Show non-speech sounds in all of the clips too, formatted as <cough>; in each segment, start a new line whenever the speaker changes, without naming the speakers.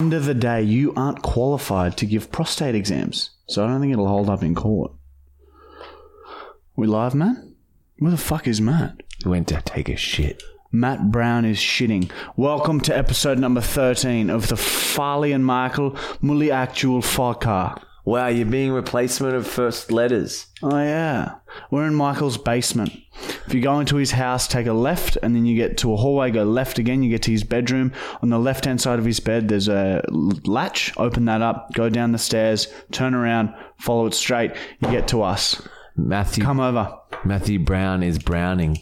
end of the day, you aren't qualified to give prostate exams. So I don't think it'll hold up in court. We live, Matt? Where the fuck is Matt?
He went to take a shit.
Matt Brown is shitting. Welcome to episode number 13 of the Farley and Michael Mully Actual Farcar.
Wow, you're being replacement of first letters.
Oh, yeah. We're in Michael's basement. If you go into his house, take a left, and then you get to a hallway, go left again, you get to his bedroom. On the left hand side of his bed, there's a l- latch. Open that up, go down the stairs, turn around, follow it straight. You get to us.
Matthew
Come over.
Matthew Brown is Browning.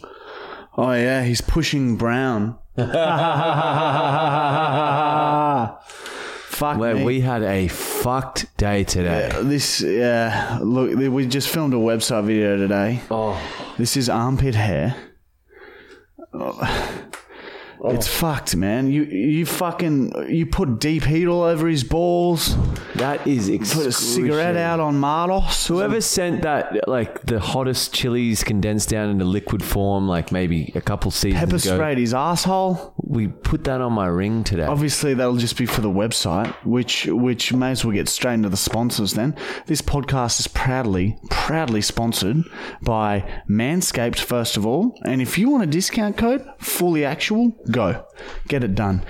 Oh, yeah, he's pushing Brown. Fuck
Wait,
me.
we had a fucked day today.
This, yeah, look, we just filmed a website video today.
Oh,
This is armpit hair. Oh. It's fucked, man. You you fucking you put deep heat all over his balls.
that is
Put a cigarette out on Mardos.
Whoever sent that, like the hottest chilies condensed down into liquid form, like maybe a couple seasons
pepper
ago,
sprayed his asshole.
we put that on my ring today.
Obviously, that'll just be for the website, which which may as well get straight into the sponsors. Then this podcast is proudly proudly sponsored by Manscaped. First of all, and if you want a discount code, fully actual, go get it done.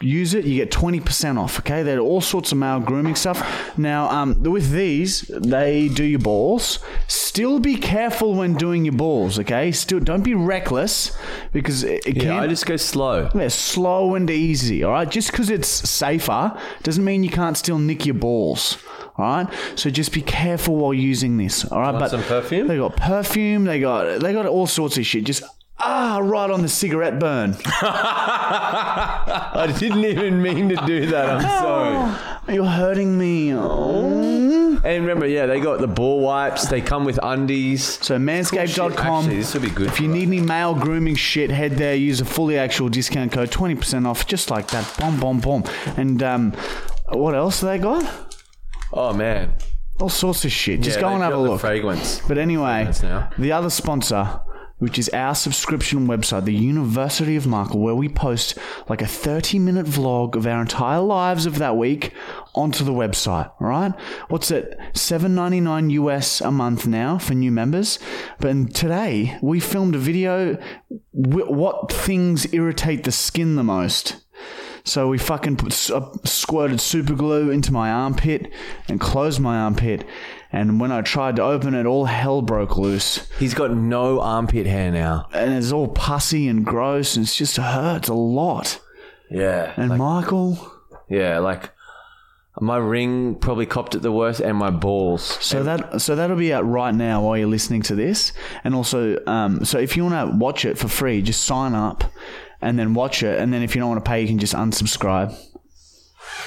Use it, you get twenty percent off. Okay, there are all sorts of male grooming stuff. Now, um, with these, they do your balls. Still be careful when doing your balls. Okay, still don't be reckless because it, it
yeah,
can
I just go
<laughs>
slow.
they're slow and easy, all right? Just because it's safer doesn't mean you can't still nick your balls, all right? So just be careful while using this, all right? but
some perfume?
They got perfume. They got they got all sorts of shit. Just ah, right on the cigarette burn.
I didn't even mean to do that. I'm <laughs> sorry.
Oh, You're hurting me. Oh.
And remember, yeah, they got the ball wipes. They come with undies.
So manscaped.com.
Actually, this would be good.
If you need any male grooming shit, head there. Use a fully actual discount code, twenty percent off, just like that. Bomb, bomb, bomb. And um, what else have they got?
oh man,
All sorts of shit. Just
Yeah,
go
they
and have
got
a
the
look.
Fragrance.
But anyway,
That's now.
the other sponsor, which is our subscription website, the University of Michael, where we post like a 30 minute vlog of our entire lives of that week onto the website, all right? What's it? 7.99 US a month now for new members. But in- today, we filmed a video wi- what things irritate the skin the most. So we fucking put, s- uh, squirted super glue into my armpit and closed my armpit. And when I tried to open it, all hell broke loose.
He's got no armpit hair now.
And it's all pussy and gross and it's just hurts a lot.
Yeah,
And Michael,
yeah. Like my ring probably copped it the worst, and my balls.
so that so that'll be out right now while you're listening to this. And also, um, so if you want to watch it for free, just sign up and then watch it. And then if you don't want to pay, you can just unsubscribe.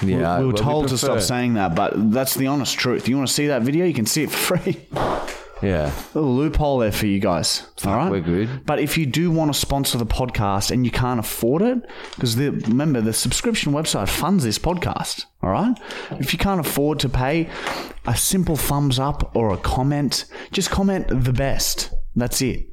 Yeah,
we were
well,
told to stop
prefer-
saying that, but that's the honest truth. You want to see that video, you can see it for free. <laughs>
Yeah,
little loophole there for you guys. all right,
we're good.
But if you do want to sponsor the podcast and you can't afford it, because remember the subscription website funds this podcast. All right. If you can't afford to pay, a simple thumbs up or a comment. Just comment the best. That's it.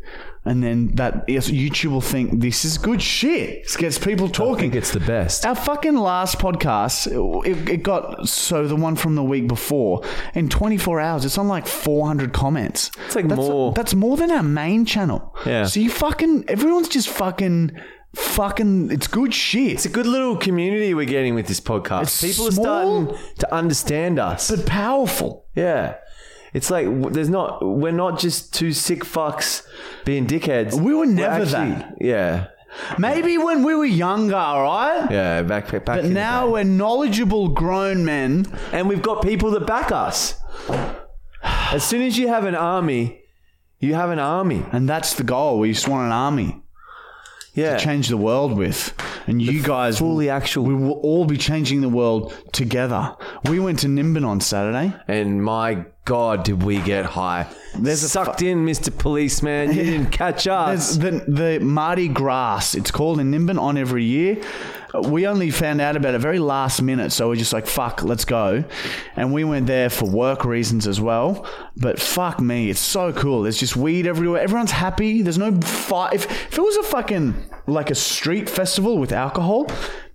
And then that yes, YouTube will think this is good shit. It gets people
I think
talking.
it's the best.
Our fucking last podcast, it, it got so the one from the week before in 24 hours, it's on like 400 comments. It's
like
that's,
more.
That's more than our main channel.
Yeah.
So you fucking everyone's just fucking fucking. It's good shit.
It's a good little community we're getting with this podcast.
It's
People
small,
are starting to understand us.
But powerful.
yeah. It's like w- there's not we're not just two sick fucks being dickheads.
We were never that.
Yeah.
Maybe when we were younger, all right.
Yeah, back back.
But now we're knowledgeable grown men.
and we've got people that back us. As soon as you have an army, you have an army.
And that's the goal. We just want an army
Yeah.
to change the world with. And you guys
fully actual-
We will all be changing the world together. We went to Nimbin on Saturday.
And my god, did we get high.
There's a
Sucked in, Mr. Policeman. You didn't catch us.
There's the, the Mardi Gras, it's called in Nimbin, on every year. We only found out about it very last minute, so we're just like, fuck, let's go. And we went there for work reasons as well. But fuck me, it's so cool. There's just weed everywhere. Everyone's happy. There's no fight. If, if it was a fucking, like a street festival with alcohol,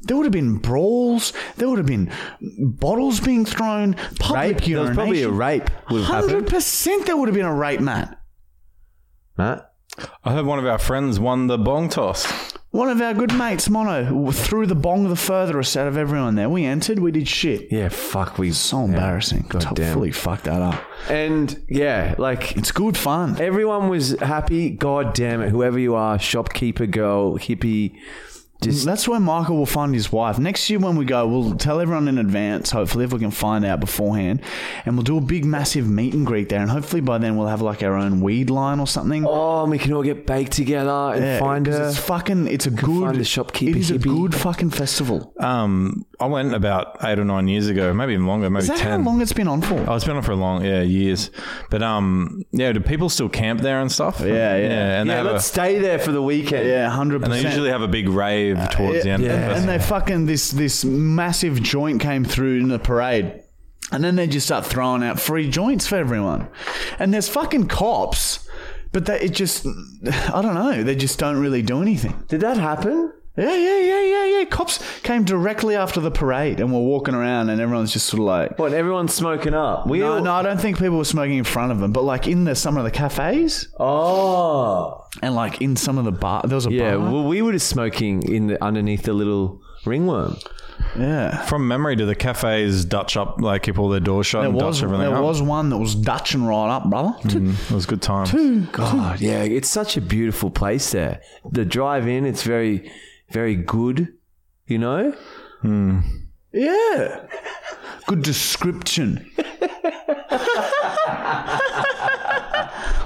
There would have been brawls. There would have been bottles being thrown. Public
Rape. There was probably a rape would have
Hundred
happened.
percent, there would have been a rape, man.
Matt.
I heard one of our friends won the bong toss.
One of our good mates, Mono, threw the bong the furthest out of everyone there. We entered, we did shit.
Yeah, fuck. We
So embarrassing.
damn.
Totally fucked that up.
and yeah, like
It's good fun.
everyone was happy. God damn it, whoever you are, shopkeeper girl, hippie, just
That's where Michael will find his wife. Next year, when we go, we'll tell everyone in advance, hopefully, if we can find out beforehand. And we'll do a big, massive meet and greet there. And hopefully, by then, we'll have like our own weed line or something.
oh, we can all get baked together and
Yeah,
find
'cause
her.
It's fucking, it's a good,
find the shopkeeper
it is a
hippie.
good fucking festival.
Um, I went about eight or nine years ago, maybe even longer, maybe
Is that
ten.
how long it's been on for?
Oh, it's been on for a long, yeah, years. But um, yeah, do people still camp there and stuff?
yeah.
and they
yeah,
have a,
let's stay there for the weekend.
yeah, 100%.
and they usually have a big rave
Uh,
towards the end.
yeah.
Of
and
the
they fucking this this massive joint came through in the parade, and then they just start throwing out free joints for everyone, and there's fucking cops, but they, it just I don't know they just don't really do anything.
Did that happen?
Yeah, yeah, yeah, yeah, yeah. Cops came directly after the parade and were walking around, and everyone's just sort of like.
What? Everyone's smoking up. We
No,
all-
no, I don't think people were smoking in front of them, but like in the some of the cafes
Oh,
and like in some of the bar, there was a
yeah.
bar.
Well, we were just smoking in the underneath the little ringworm.
yeah.
From memory, do the cafes Dutch up, like keep all their doors shut
There
and
was
Dutch everything
there
up?
was one that was Dutching right up, brother.
Mm, it was good time.
God, yeah, it's such a beautiful place there. The drive in, it's very, very good. You know,
Yeah. Good description.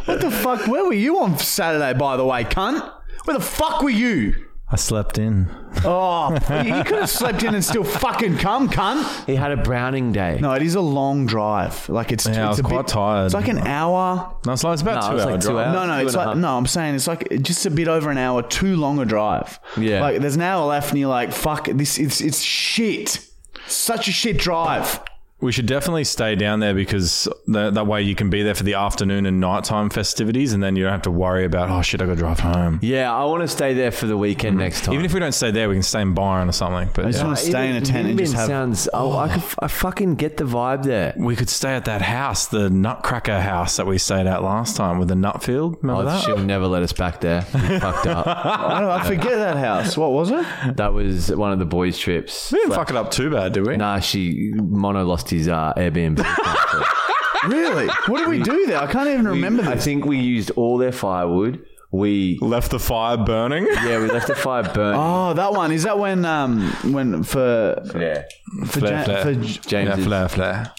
what the fuck? Where were you on Saturday, by the way, cunt? Where the fuck were you?
I slept in.
Oh, you could have slept in and still fucking come, cunt.
he had a Browning day.
No, it is a long drive. Like it's
Yeah, I
it's
was
a
quite
bit,
tired.
It's like an hour.
No, it's like it's about
No,
two,
it's
hour
like two
drive.
hours.
No, no,
two
it's
and a
like
half.
no. I'm saying it's like just a bit over an hour, too long a drive.
Yeah.
like there's an hour left, and you're like, fuck, this it's it's shit. Such a shit drive.
We should definitely stay down there because tha- that way you can be there for the afternoon and nighttime festivities, and then you don't have to worry about oh shit, I got to drive home.
Yeah, I want to stay there for the weekend next time.
Even if we don't stay there, we can stay in Byron or something. But
I just
yeah.
want to stay in a tent and
Nimbin
just have
sounds. Oh, I, could, I fucking get the vibe there.
we could stay at that house, the Nutcracker house that we stayed at last time with the Nutfield. Remember
Oh,
that?
she'll never let us back there. We fucked up. <laughs>
I, don't, I forget that house. What was it?
That was one of the boys' trips.
We didn't fuck it up too bad, did we?
Nah, she mono lost his uh,
<laughs>
Airbnb.
Really? What did we do there? I can't even remember
I
this.
think we used all their firewood. We
Left the fire burning.
yeah, we left the fire burning.
Oh, that one. Is that when um when for
Yeah.
for,
Flare,
ja-
flare.
for
James
yeah,
is-
flare, flare.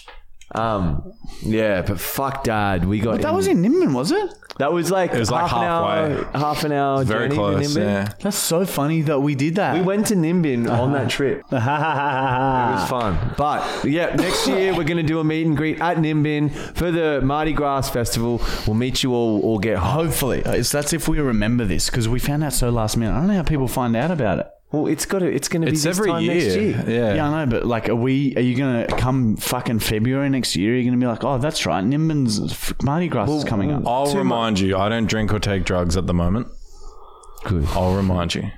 Um. Yeah, but fuck, Dad. We got
that was in Nimbin, was it?
That was like it
was like
half an hour,
halfway.
half an hour. journey
Very
to
close.
Nimbin.
Yeah.
That's so funny that we did that.
We went to Nimbin on that trip. it
Ah.
was fun. But yeah, next year we're gonna do a meet and greet at Nimbin for the Mardi Gras festival. We'll meet you all. All get
<laughs>
home.
Hopefully, Uh, it's, that's if we remember this because we found out so last minute. I don't know how people find out about it.
Well, it's got to, It's gonna be
It's
this
every
time
year.
next year.
Yeah.
Yeah. I know, but like, are we? Are you gonna come fucking February next year? Are you gonna be like, oh, that's right, Nimbin's f- Mardi Gras is coming up.
I'll remind you, I don't drink or take drugs at the moment.
Good.
I'll remind you.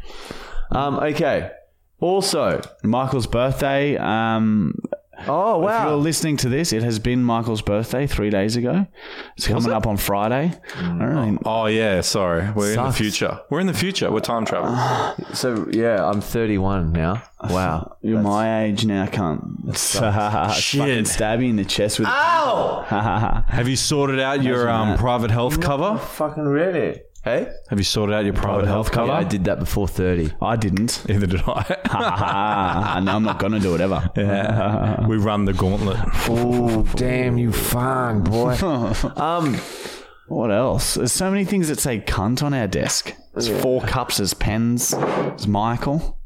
Um. Okay. Also.
Michael's birthday. Um,
Oh
If you're
wow.
listening to this, it has been Michael's birthday three days ago. It's coming up on Friday.
Mm.
I don't really-
Oh yeah, sorry. We're in the
Sucks.
future. We're in the future. We're time travel.
So yeah, I'm 31 now. Oh, Wow.
You're my age now, cunt. <laughs> Fucking
Shit.
stab you in the chest with. <laughs>
Have you sorted out your um, private health cover?
Fucking really. Hey.
Have you sorted out your private, health cover?
Yeah, I did that before 30.
I didn't. <laughs>
<laughs> Neither did I.
Ah, no, I'm not gonna do it ever.
yeah. We run the gauntlet.
Oh, damn, you fine, boy. um,
What else? There's so many things that say cunt on our desk. There's four cups, there's pens, there's Michael.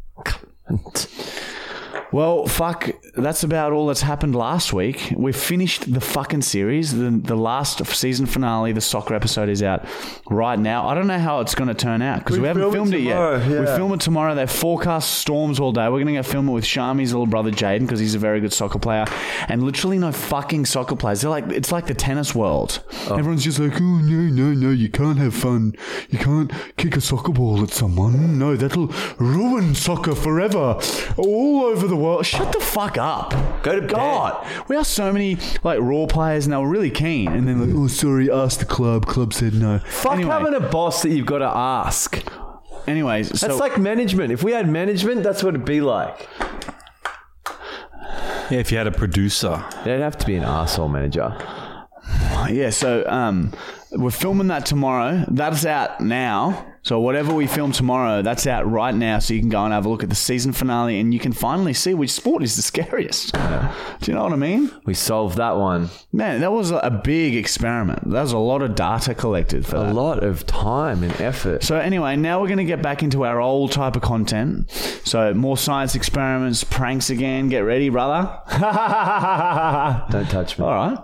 Well, fuck, that's about all that's happened last week. We've finished the fucking series. The, the last season finale, the soccer episode is out right now. I don't know how it's going to turn out because we, haven't
film it
filmed it, yet.
tomorrow,
We
yeah.
film it tomorrow. They forecast storms all day. We're going to go film it with Shami's little brother Jaden because he's a very good soccer player. And literally no fucking soccer players. They're like, it's like the tennis world. Everyone's just like, oh, no, no, no, you can't have fun. You can't kick a soccer ball at someone. No, that'll ruin soccer forever. All over the world. Shut the fuck up.
<laughs> Go to bed.
God. We have so many like raw players and they were really keen. And then like, oh, sorry, asked the club. Club said no.
Fuck
anyway,
having a boss that you've got to ask.
Anyways, so,
That's like management. If we had management, that's what it'd be like.
Yeah, <laughs> if you had a producer.
They'd have to be an asshole manager.
Yeah, so um, we're filming that tomorrow. That's out now. So whatever we film tomorrow, that's out right now. So you can go and have a look at the season finale, and you can finally see which sport is the scariest. <laughs> Do you know what I mean?
We solved that one.
Man, that was a big experiment. That was a lot of data collected for
A
that.
lot of time and effort.
So anyway, now we're going to get back into our old type of content. So more science experiments, pranks again. Get ready, brother. <laughs>
Don't touch me.
All right.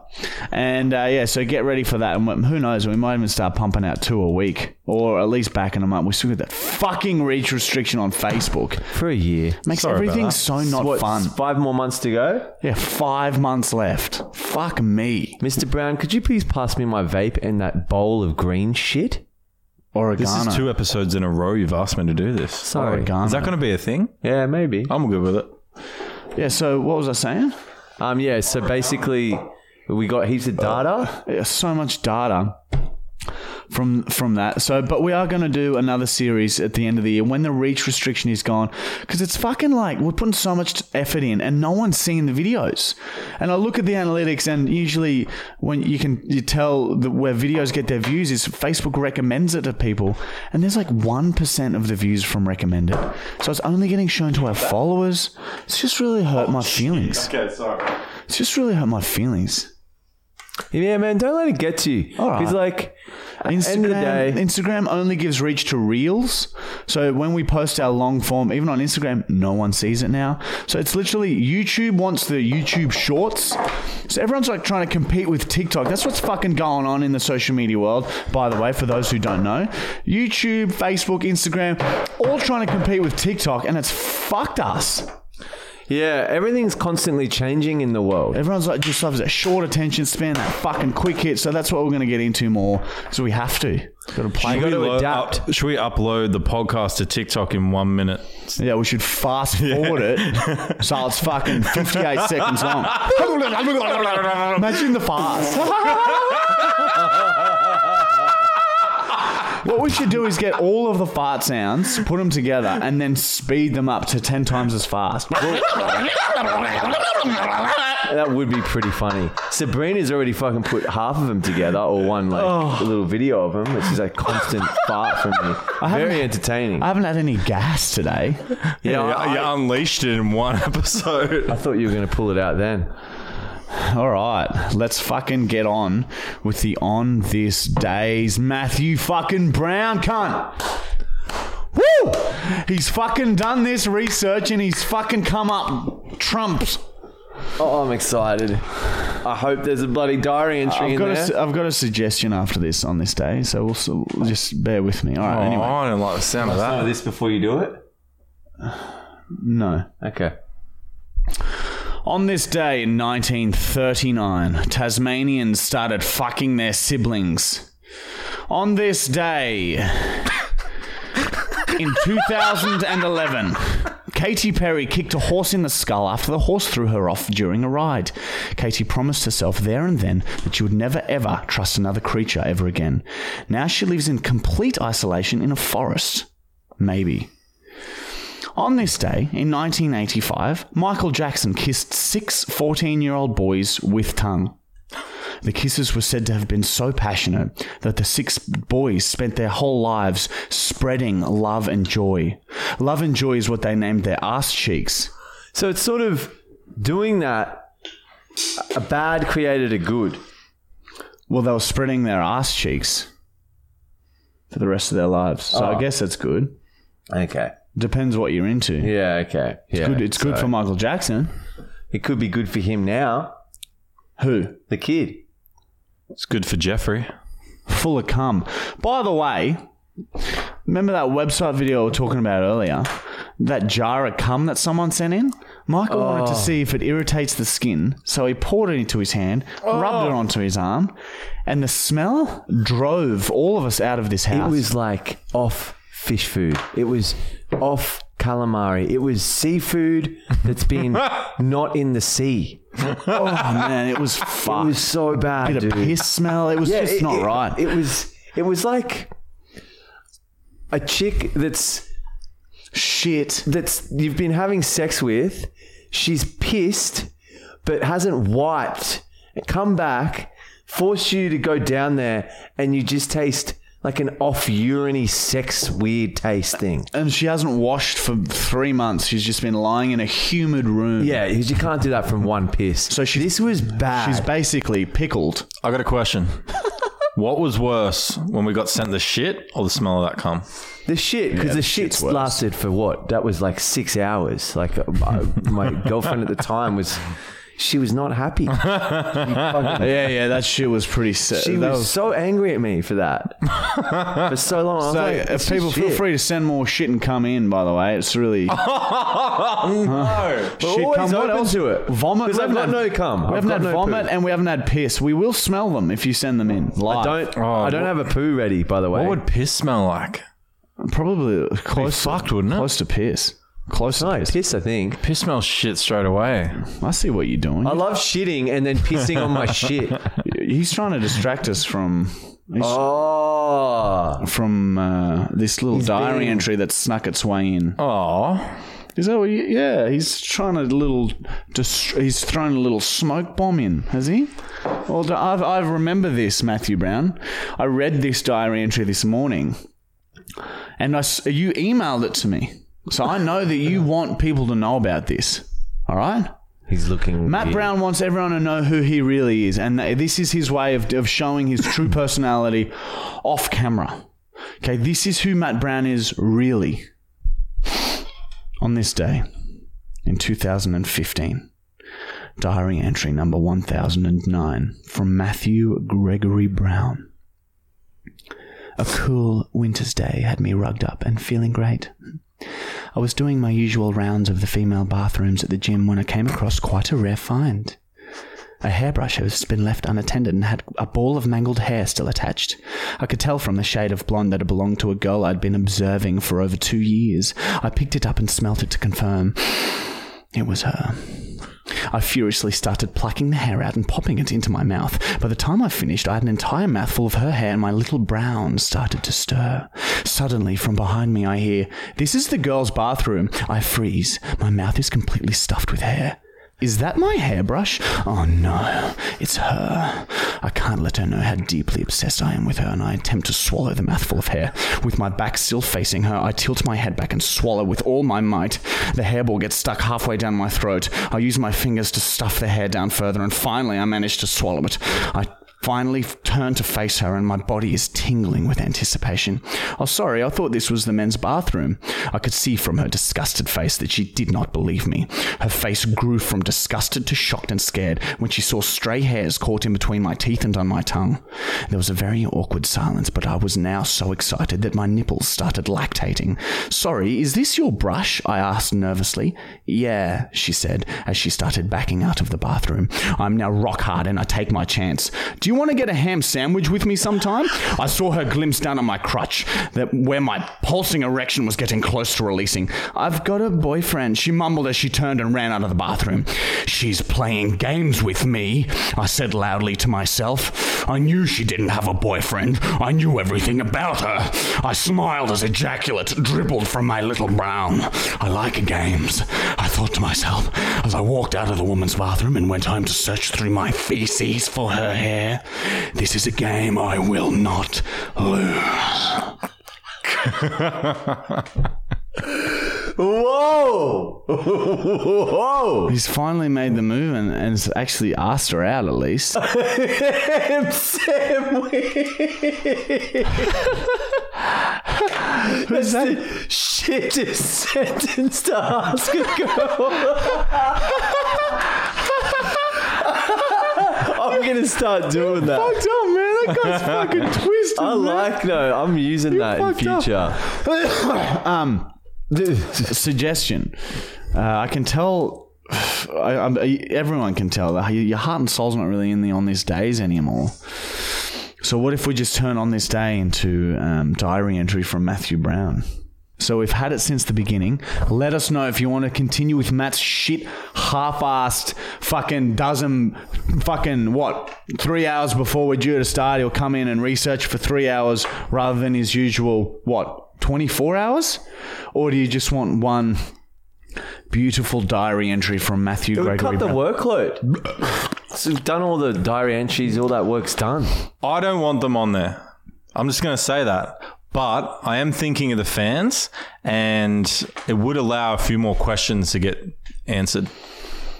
And uh, yeah, so get ready for that. And wh- who knows? We might even start pumping out two a week or at least back in a month. We still got that fucking reach restriction on Facebook.
For a year.
Makes
Sorry about
everything
that.
so not
What,
fun.
Five more months to go.
Yeah, five months left. Fuck me.
Mr. Brown, could you please pass me my vape and that bowl of green shit?
Oregano.
This is two episodes in a row you've asked me to do this.
Sorry.
Oregano.
Is that going to be a thing?
Yeah, maybe.
I'm good with it.
yeah, so what was I saying?
Um, yeah, so basically, we got heaps of data.
Yeah, uh, so much data from from that. So, but we are going to do another series at the end of the year when the reach restriction is gone, because it's fucking like we're putting so much effort in, and no one's seeing the videos. And I look at the analytics, and usually when you can you tell that where videos get their views is Facebook recommends it to people, and there's like one percent of the views from recommended. So it's only getting shown to our followers. It's just really hurt my feelings.
Okay, sorry.
It's just really hurt my feelings.
Yeah, man, don't let it get to you.
All right.
Because, like,
Instagram,
end of the day-
Instagram only gives reach to reels. So when we post our long form, even on Instagram, no one sees it now. So it's literally YouTube wants the YouTube shorts. So everyone's like trying to compete with TikTok. That's what's fucking going on in the social media world, by the way, for those who don't know. YouTube, Facebook, Instagram, all trying to compete with TikTok, and it's fucked us.
yeah, everything's constantly changing in the world.
Everyone's like just loves that short attention span, that fucking quick hit. So that's what we're gonna get into more. So we have to. Gotta play.
You gotta
lo-
adapt.
up- should we upload the podcast to TikTok in one minute?
Yeah, we should fast forward it so it's fucking 58 seconds long. Imagine the fast. what we should do is get all of the fart sounds, put them together, and then speed them up to 10 times as fast.
That would be pretty funny. Sabrina's already fucking put half of them together, or one like
Oh.
a little video of them, which is
<laughs>
a constant fart from me. Very entertaining.
I haven't had any gas today.
yeah, I,
you unleashed it in one <laughs> episode.
I thought you were going to pull it out then.
All right, let's fucking get on with the on this day's Matthew fucking Brown cunt. Woo! He's fucking done this research and he's fucking come up trumps.
Oh, I'm excited. I hope there's a bloody diary entry
I've
in
got, a,
there.
s- I've got a suggestion after this on this day, so we'll, so we'll just bear with me. All right,
Oh,
anyway.
I don't like the sound of that.
this before you do it.
No.
Okay.
On this day in 1939, Tasmanians started fucking their siblings. On this day in 2011, Katy Perry kicked a horse in the skull after the horse threw her off during a ride. Katy promised herself there and then that she would never ever trust another creature ever again. Now she lives in complete isolation in a forest. Maybe. On this day, in 1985, Michael Jackson kissed six 14 year old boys with tongue. The kisses were said to have been so passionate that the six boys spent their whole lives spreading love and joy. Love and joy is what they named their ass cheeks.
So it's sort of doing that. A bad created a good.
Well, they were spreading their ass
Ah.
cheeks for the rest of their lives. So I guess that's good.
Okay.
Depends what you're into.
Yeah, okay. Yeah,
Good, it's good
so
for Michael Jackson.
It could be good for him now.
Who?
The kid.
It's good for Jeffrey.
Full of cum. By the way, remember that website video we were talking about earlier? That jar of cum that someone sent in? Michael wanted
Oh.
to see if it irritates the skin, so he poured it into his hand, rubbed
Oh.
it onto his arm, and the smell drove all of us out of this
It
house.
was like off fish food. It was off calamari. It was seafood that's <laughs> been not in the sea.
oh <laughs> man, it was
<laughs> It
fucked.
was so bad,
Bit
dude.
of piss smell. It was just
it-
not
it-
right.
It was. It was like a chick that's
Shit.
that's you've been having sex with. She's pissed, but hasn't wiped. Come back, force you to go down there, and you just taste like an off uriny sex weird taste thing.
And she hasn't washed for three months. She's just been lying in a humid room.
Yeah, because you can't do that from one piss. So
she-
this was bad.
She's basically
<laughs>
pickled.
I got a question. what was worse when we got sent the shit or the smell of that cum?
the shit because the shit
worse.
lasted for what? That was like six hours. Like uh, my,
<laughs>
my girlfriend at the time was, she was not happy. She, fucking-
Yeah, yeah, that shit was pretty sick.
she
that
was so angry at me for that
<laughs>
for so long. I
So,
was like,
if
"This is
people feel
shit." Oh,
free to send more shit and come in, by the way, it's
<laughs>
really
no.
shit.
always
Come, what
open
else?
to it.
Vomit.
'Cause
We
I've
haven't
got
had-
no cum.
We
I've
haven't
got
had
no
vomit,
poo.
and we haven't had piss. We will smell them if you send them in live.
I don't.
Oh,
I don't
what-
have a poo ready, by the way.
What would piss smell like?
Probably close. to-
fucked, wouldn't it?
Close to piss. Close
no
to piss.
piss? I think.
Piss smells shit straight away.
I see what you're doing.
I love shitting and then
<laughs>
pissing on my shit.
He's trying to distract us from. he's
Oh,
from uh, this little diary
being-
entry that snuck its way in.
Oh,
Is that what you, yeah, he's trying a little, dist- he's thrown a little smoke bomb in, has he? Well, do- I've, I remember this, Matthew Brown. I read this diary entry this morning, and I s you emailed it to me. So I know that you want people to know about this, all right?
he's looking.
Matt
weird.
Brown wants everyone to know who he really is, and th- this is his way of, of showing his true personality off camera. Okay, this is who Matt Brown is really on this day in 2015. Diary entry number 1009 from Matthew Gregory Brown. A cool winter's day had me rugged up and feeling great. I was doing my usual rounds of the female bathrooms at the gym when I came across quite a rare find. A hairbrush has been left unattended and had a ball of mangled hair still attached. I could tell from the shade of blonde that it belonged to a girl I'd been observing for over two years. I picked it up and smelt it to confirm. It was her. I furiously started plucking the hair out and popping it into my mouth. By the time I finished, I had an entire mouthful of her hair and my little brown started to stir. Suddenly, from behind me, I hear, This is the girl's bathroom. I freeze. My mouth is completely stuffed with hair. Is that my hairbrush? Oh no, it's her. I can't let her know how deeply obsessed I am with her, and I attempt to swallow the mouthful of hair. With my back still facing her, I tilt my head back and swallow with all my might. The hairball gets stuck halfway down my throat. I use my fingers to stuff the hair down further, and finally I manage to swallow it. I finally f- turn to face her, and my body is tingling with anticipation. Oh, sorry, I thought this was the men's bathroom. I could see from her disgusted face that she did not believe me. Her face grew from disgusted to shocked and scared when she saw stray hairs caught in between my teeth and on my tongue. There was a very awkward silence, but I was now so excited that my nipples started lactating. Sorry, is this your brush? I asked nervously. Yeah, she said as she started backing out of the bathroom. I'm now rock hard and I take my chance. Do you want to get a ham sandwich with me sometime? I saw her glimpse down at my crutch, that where my pulsing erection was getting close to releasing. I've got a boyfriend, she mumbled as she turned and ran out of the bathroom. She's playing games with me, I said loudly to myself. I knew she didn't have a boyfriend. I knew everything about her. I smiled as ejaculate dribbled from my little brown. I like games, I thought to myself as I walked out of the woman's bathroom and went home to search through my feces for her hair. This is a game I will not lose.
Whoa! Whoa!
He's finally made the move and, and has actually asked her out at least.
Ham sandwich. That's the Shit just sentenced to ask a girl. I'm gonna start doing that.
Fucked up, man. That guy's <laughs> fucking twisted.
I like though. I'm using that in
fucked up.
future.
um, suggestion. Uh, I can tell. <sighs> I, I'm, everyone can tell that your heart and soul's not really in the on these days anymore. So what if we just turn on this day into um, diary entry from Matthew Brown? So we've had it since the beginning. Let us know if you want to continue with Matt's shit, half-assed, fucking dozen, fucking what, three hours before we're due to start. He'll come in and research for three hours rather than his usual what, twenty-four hours? Or do you just want one beautiful diary entry from Matthew
We
Gregory?
cut the
Brown?
workload. So we've done all the diary entries. All that work's done.
I don't want them on there. I'm just going to say that. But I am thinking of the fans, and it would allow a few more questions to get answered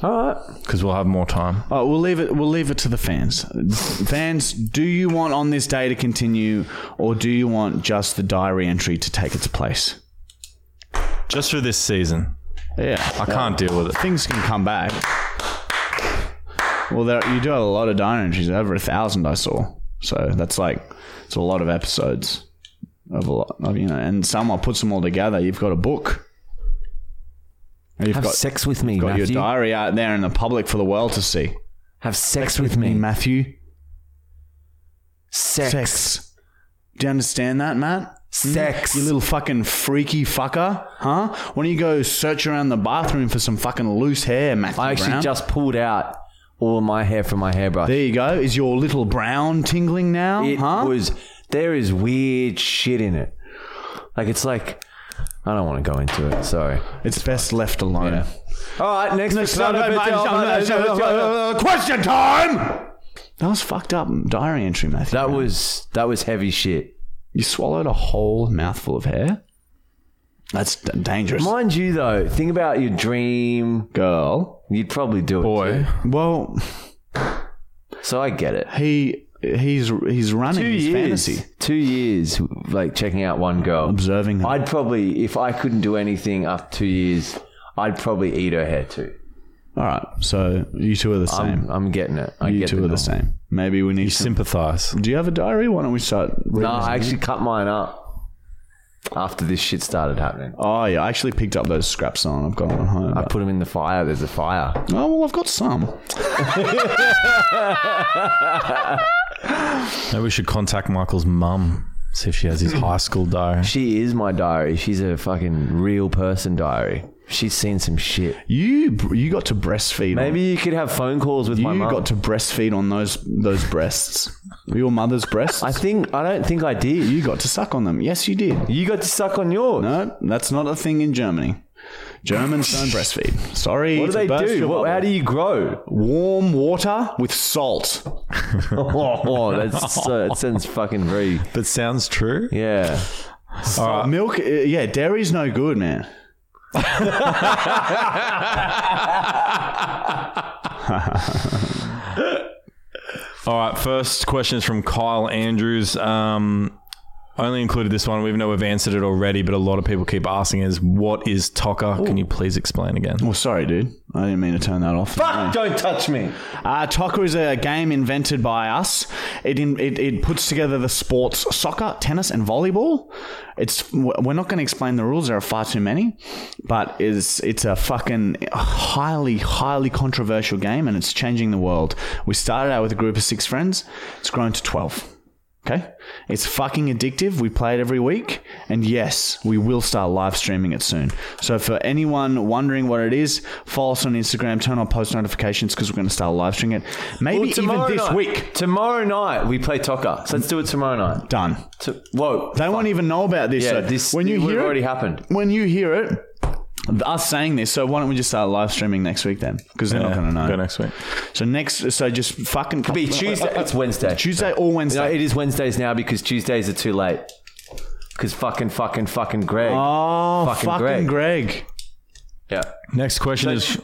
All right.
because we'll have more time.
Oh, we'll leave it. We'll leave it to the fans. fans, do you want on this day to continue, or do you want just the diary entry to take its place?
Just for this season.
Yeah,
I can't deal with it.
things can come back. Well, there, you do have a lot of diary entries. Over a thousand, I saw. So that's like it's a lot of episodes of a lot of you know. And someone puts them all together. You've got a book. And You've
Have
got,
sex with me,
got your
Matthew.
diary out there in the public for the world to see.
Have sex with me.
Matthew,
Sex. Sex.
sex. Do you understand that, Matt? You little fucking freaky fucker, huh? Why don't you go search around the bathroom for some fucking loose hair, Matthew
I actually
Brown?
just pulled out all my hair from my hairbrush.
there you go. Is your little brown tingling now,
it
huh?
was there is weird shit in it. Like it's like I don't want to go into it. Sorry.
it's best left alone.
All right, next
uh, Question time. That was fucked up diary entry, Matthew.
That
Brown.
was that was heavy shit.
you swallowed a whole mouthful of hair. That's d- dangerous,
Mind you, though, think about your dream.
girl.
You'd probably do it.
Boy,
Well,
too. So I get it.
he he's he's running
Two
his
years.
fantasy,
Two years, like checking out one girl.
observing. her.
I'd probably, if I couldn't do anything after two years, I'd probably eat her hair too.
All right, so you two are the same.
I'm, I'm getting it. I
You
get
two are the same. Maybe we need some.
sympathize.
Do you have a diary? Why don't we start?
No,
reading
I actually cut mine up after this shit started happening.
Oh yeah, I actually picked up those scraps on. I've got one home.
I put them in the fire. There's a fire.
oh well, I've got some.
Maybe we should contact Michael's mum, see if she
<laughs>
has his high school diary.
She is my diary. She's a fucking real person diary. She's seen some shit.
You you got to breastfeed. on-
Maybe you could have phone calls with my
you
mum.
got to breastfeed on those those breasts. Your mother's breasts.
I think I don't think I did.
you got to suck on them. Yes, you did.
You got to suck on yours.
No, that's not a thing in Germany. Germans don't breastfeed. Sorry.
what do
to
they
burst
do?
your
What,
bubble.
how do
<laughs>
you grow?
Warm water with salt.
Oh, that's, so that sounds fucking very
But sounds true.
<laughs>
yeah.
Milk. uh, Yeah, dairy's no good, man.
All right, first question is from Kyle Andrews. Um, I only included this one. We know we've answered it already, but a lot of people keep asking is what is Tocker? Can you please explain again?
Well, sorry, dude. I didn't mean to turn that off.
Fuck! Don't touch me.
Uh, Tocker is a game invented by us. It, in, it it puts together the sports soccer, tennis, and volleyball. It's we're not going to explain the rules; there are far too many. But it's it's a fucking highly highly controversial game, and it's changing the world. We started out with a group of six friends. It's grown to twelve. Okay, it's fucking addictive. We play it every week, and yes, we will start live streaming it soon. So for anyone wondering what it is, follow us on Instagram, turn on post notifications because we're going to start live streaming it. Maybe even this
night,
week.
Tomorrow night we play Tocker. So let's do it tomorrow night.
Done.
To- Whoa.
They won't even know about this.
yeah,
so
this
when you
it
hear
already
it,
happened.
when you hear it, us saying this. So why don't we just start live streaming next week then? Because they're not going to know.
Go next week.
So next, so just fucking <laughs>
Be Tuesday. It's Wednesday.
Tuesday or
No,
Wednesday.
it is Wednesdays now because Tuesdays are too late. Because fucking, fucking, fucking Greg.
oh,
Fucking
fucking, Greg.
yeah.
Next question is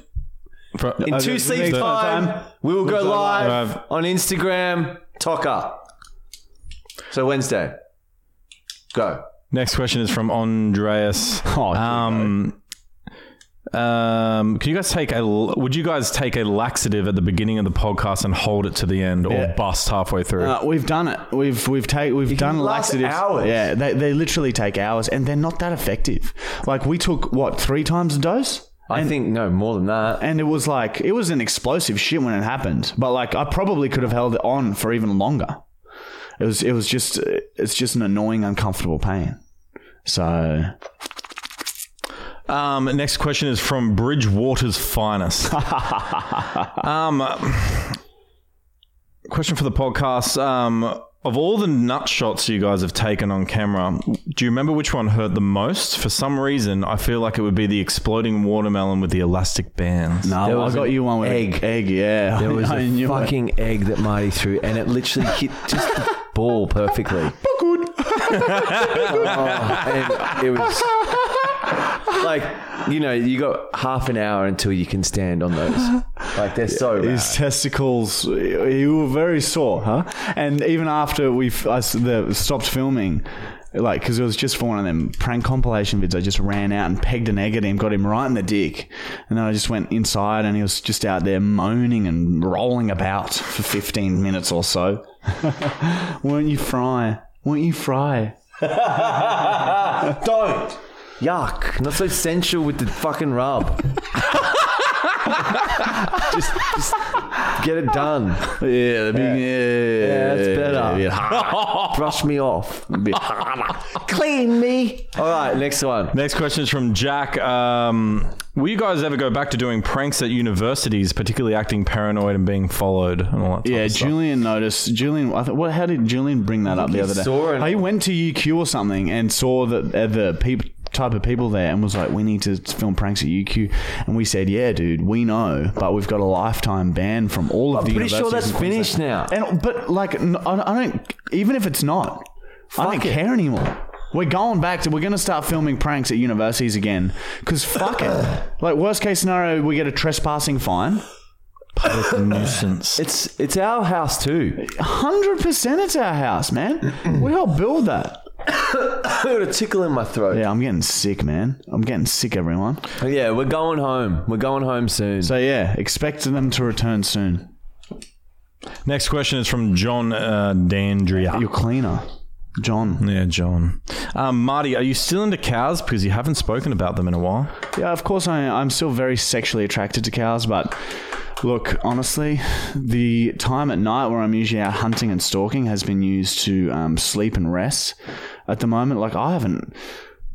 from,
In
uh,
two
the-
sleeps
the-
time, we will go
go
live,
live.
on Instagram, Tocker. So Wednesday. Go.
Next question is from Andreas.
Oh, here we
um, um, can you guys take a? Would you guys take a laxative at the beginning of the podcast and hold it to the end, or
Yeah.
bust halfway through?
Uh, we've done it. We've we've take we've done
can last
laxatives.
hours.
Yeah, they, they literally take hours, and they're not that effective. Like we took what three times a dose,
I think no more than that.
and it was like it was an explosive shit when it happened. But like I probably could have held it on for even longer. It was it was just it's just an annoying, uncomfortable pain. So
Um, next question is from Bridgewater's finest. um, question for the podcast. Um, of all the nut shots you guys have taken on camera, do you remember which one hurt the most? For some reason, I feel like it would be the exploding watermelon with the elastic bands.
no,
There
I
was
got
an
you one with
egg.
Egg, yeah.
There <laughs>
<laughs>
was
I
a
knew it.
fucking egg that Marty threw, and it literally hit just <laughs> the ball perfectly. Oh, and it was like you know you got half an hour until you can stand on those. Like they're so bad.
His testicles, he were very sore, huh? And even after we f- I s- the, stopped filming, like, because it was just for one of them prank compilation vids, I just ran out and pegged an egg at him, got him right in the dick. And then I just went inside and he was just out there moaning and rolling about for 15 minutes or so. <laughs> Won't you fry? Won't you fry?
<laughs> Don't. Yuck! Not so sensual with the fucking <laughs> rub. just, just get it done.
Yeah, the big, yeah, yeah,
that's better.
better.
Brush me off. Clean me. All right, next one.
Next question is from Jack. Um, will you guys ever go back to doing pranks at universities, particularly acting paranoid and being followed and all that? type
Yeah,
of stuff?
Julian noticed. Julian, I th- what? How did Julian bring that up the
he
other day?
saw it.
He went to UQ or something and saw that uh, the peop- type of people there and was like, "We need to film pranks at UQ." And we said, "Yeah, dude, we know, but we've got a lifetime ban from all of the
Pretty sure that's
universities in
finished now.
Queensland." And but like, n- I I don't. Even if it's not, I don't
it.
care anymore. We're going back to. We're going to start filming pranks at universities again. Because fuck
<sighs>
it. Like worst case scenario, we get a trespassing fine.
<laughs>
Public nuisance.
It's it's our house <laughs> too.
Hundred percent, it's our house, man. We all build that.
I got a tickle in my throat.
Yeah, I'm getting sick, man. I'm getting sick, everyone.
Yeah. we're going home. We're going home soon.
So yeah, expect them to return soon.
Next question is from John uh, Dandria.
Your cleaner, John.
Yeah, John. Um, Marty, are you still into cows? Because you haven't spoken about them in a while.
Yeah, of course I, I'm still very sexually attracted to cows, but look, honestly, the time at night where I'm usually out hunting and stalking has been used to um, sleep and rest. At the moment, like I haven't.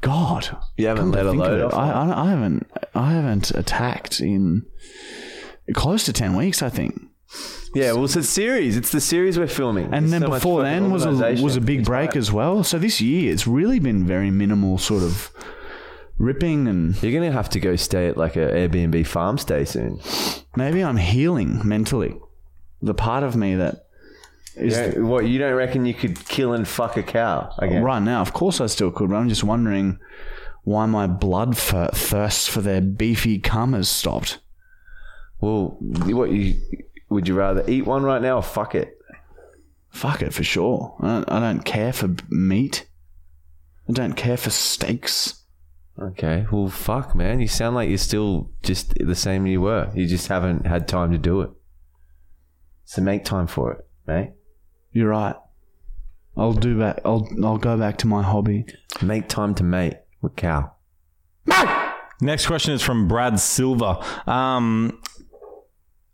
God,
You haven't let a
think of
load
it,
off.
I, I, I haven't. I haven't attacked in close to ten weeks. I think.
Yeah, well, it's a series. It's the series we're filming.
And
There's
then
so much
before
fucking
then was a
organisation.
was a big break as well. So this year it's really been very minimal sort of ripping and
You're gonna have to go stay at like an Airbnb farm stay soon.
maybe I'm healing mentally. The part of me that is
Yeah, what you don't reckon you could kill and fuck a cow again?
right now, of course I still could, but I'm just wondering why my blood fir- thirst for their beefy cum has stopped.
Well, what you would you rather eat one right now or fuck it?
Fuck it for sure. I don't, I don't care for b- meat. I don't care for steaks.
Okay, well, fuck, man. You sound like you're still just the same you were. You just haven't had time to do it. So make time for it, mate.
You're right. I'll do back. I'll I'll go back to my hobby.
Make time to mate with cow.
Next question is from Brad Silver. Um,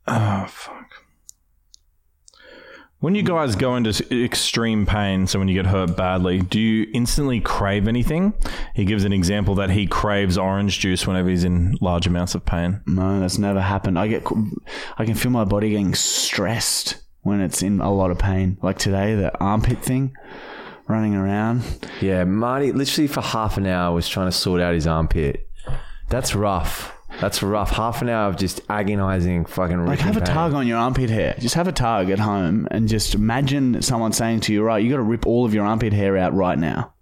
oh, fuck. When you guys go into s- extreme pain, so when you get hurt badly, do you instantly crave anything? He gives an example that he craves orange juice whenever he's in large amounts of pain.
No, that's never happened. I get, I can feel my body getting stressed when it's in a lot of pain. Like today, the armpit thing, running around.
Yeah, Marty literally for half an hour was trying to sort out his armpit. That's rough. That's rough. Half an hour of just agonizing fucking
Like have a tug on your armpit hair. Just have a tug at home, and just imagine someone saying to you, "Right, you got to rip all of your armpit hair out right now."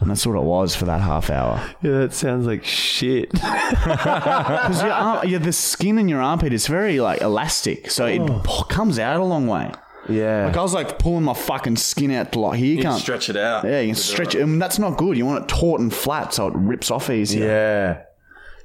And that's what it was for that half hour.
Yeah, that sounds like shit.
<laughs> Because your arm, yeah, the skin in your armpit is very like elastic, so it p- comes out a long way.
Yeah.
Like I was like pulling my fucking skin out to like here you
You
can't
stretch it out.
Yeah, you can stretch it. I mean, that's not good. You want it taut and flat so it rips off easier.
Yeah.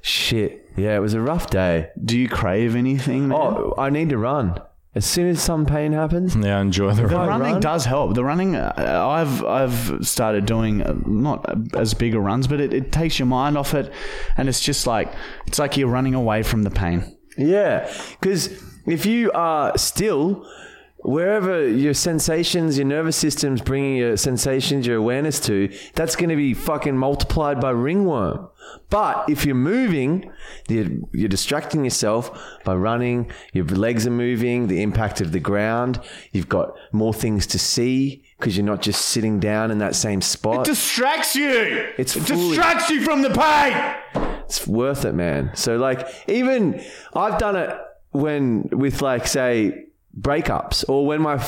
Shit. Yeah, it was a rough day.
Do you crave anything? man?
Oh, I need to run. As soon as some pain happens,
Yeah, enjoy the
The
ride.
running
Oh, run?
does help. The running, uh, I've I've started doing uh, not as big a runs, but it, it takes your mind off it, and it's just like it's like you're running away from the pain.
Yeah, because if you are still wherever your sensations, your nervous system's bringing your sensations, your awareness to, that's going to be fucking multiplied by ringworm. But if you're moving, you're, you're distracting yourself by running. Your legs are moving. The impact of the ground. You've got more things to see because you're not just sitting down in that same spot.
distracts you.
It's
it
foolish.
distracts you from the pain.
it's worth it, man. So like even I've done it when with like say breakups or when my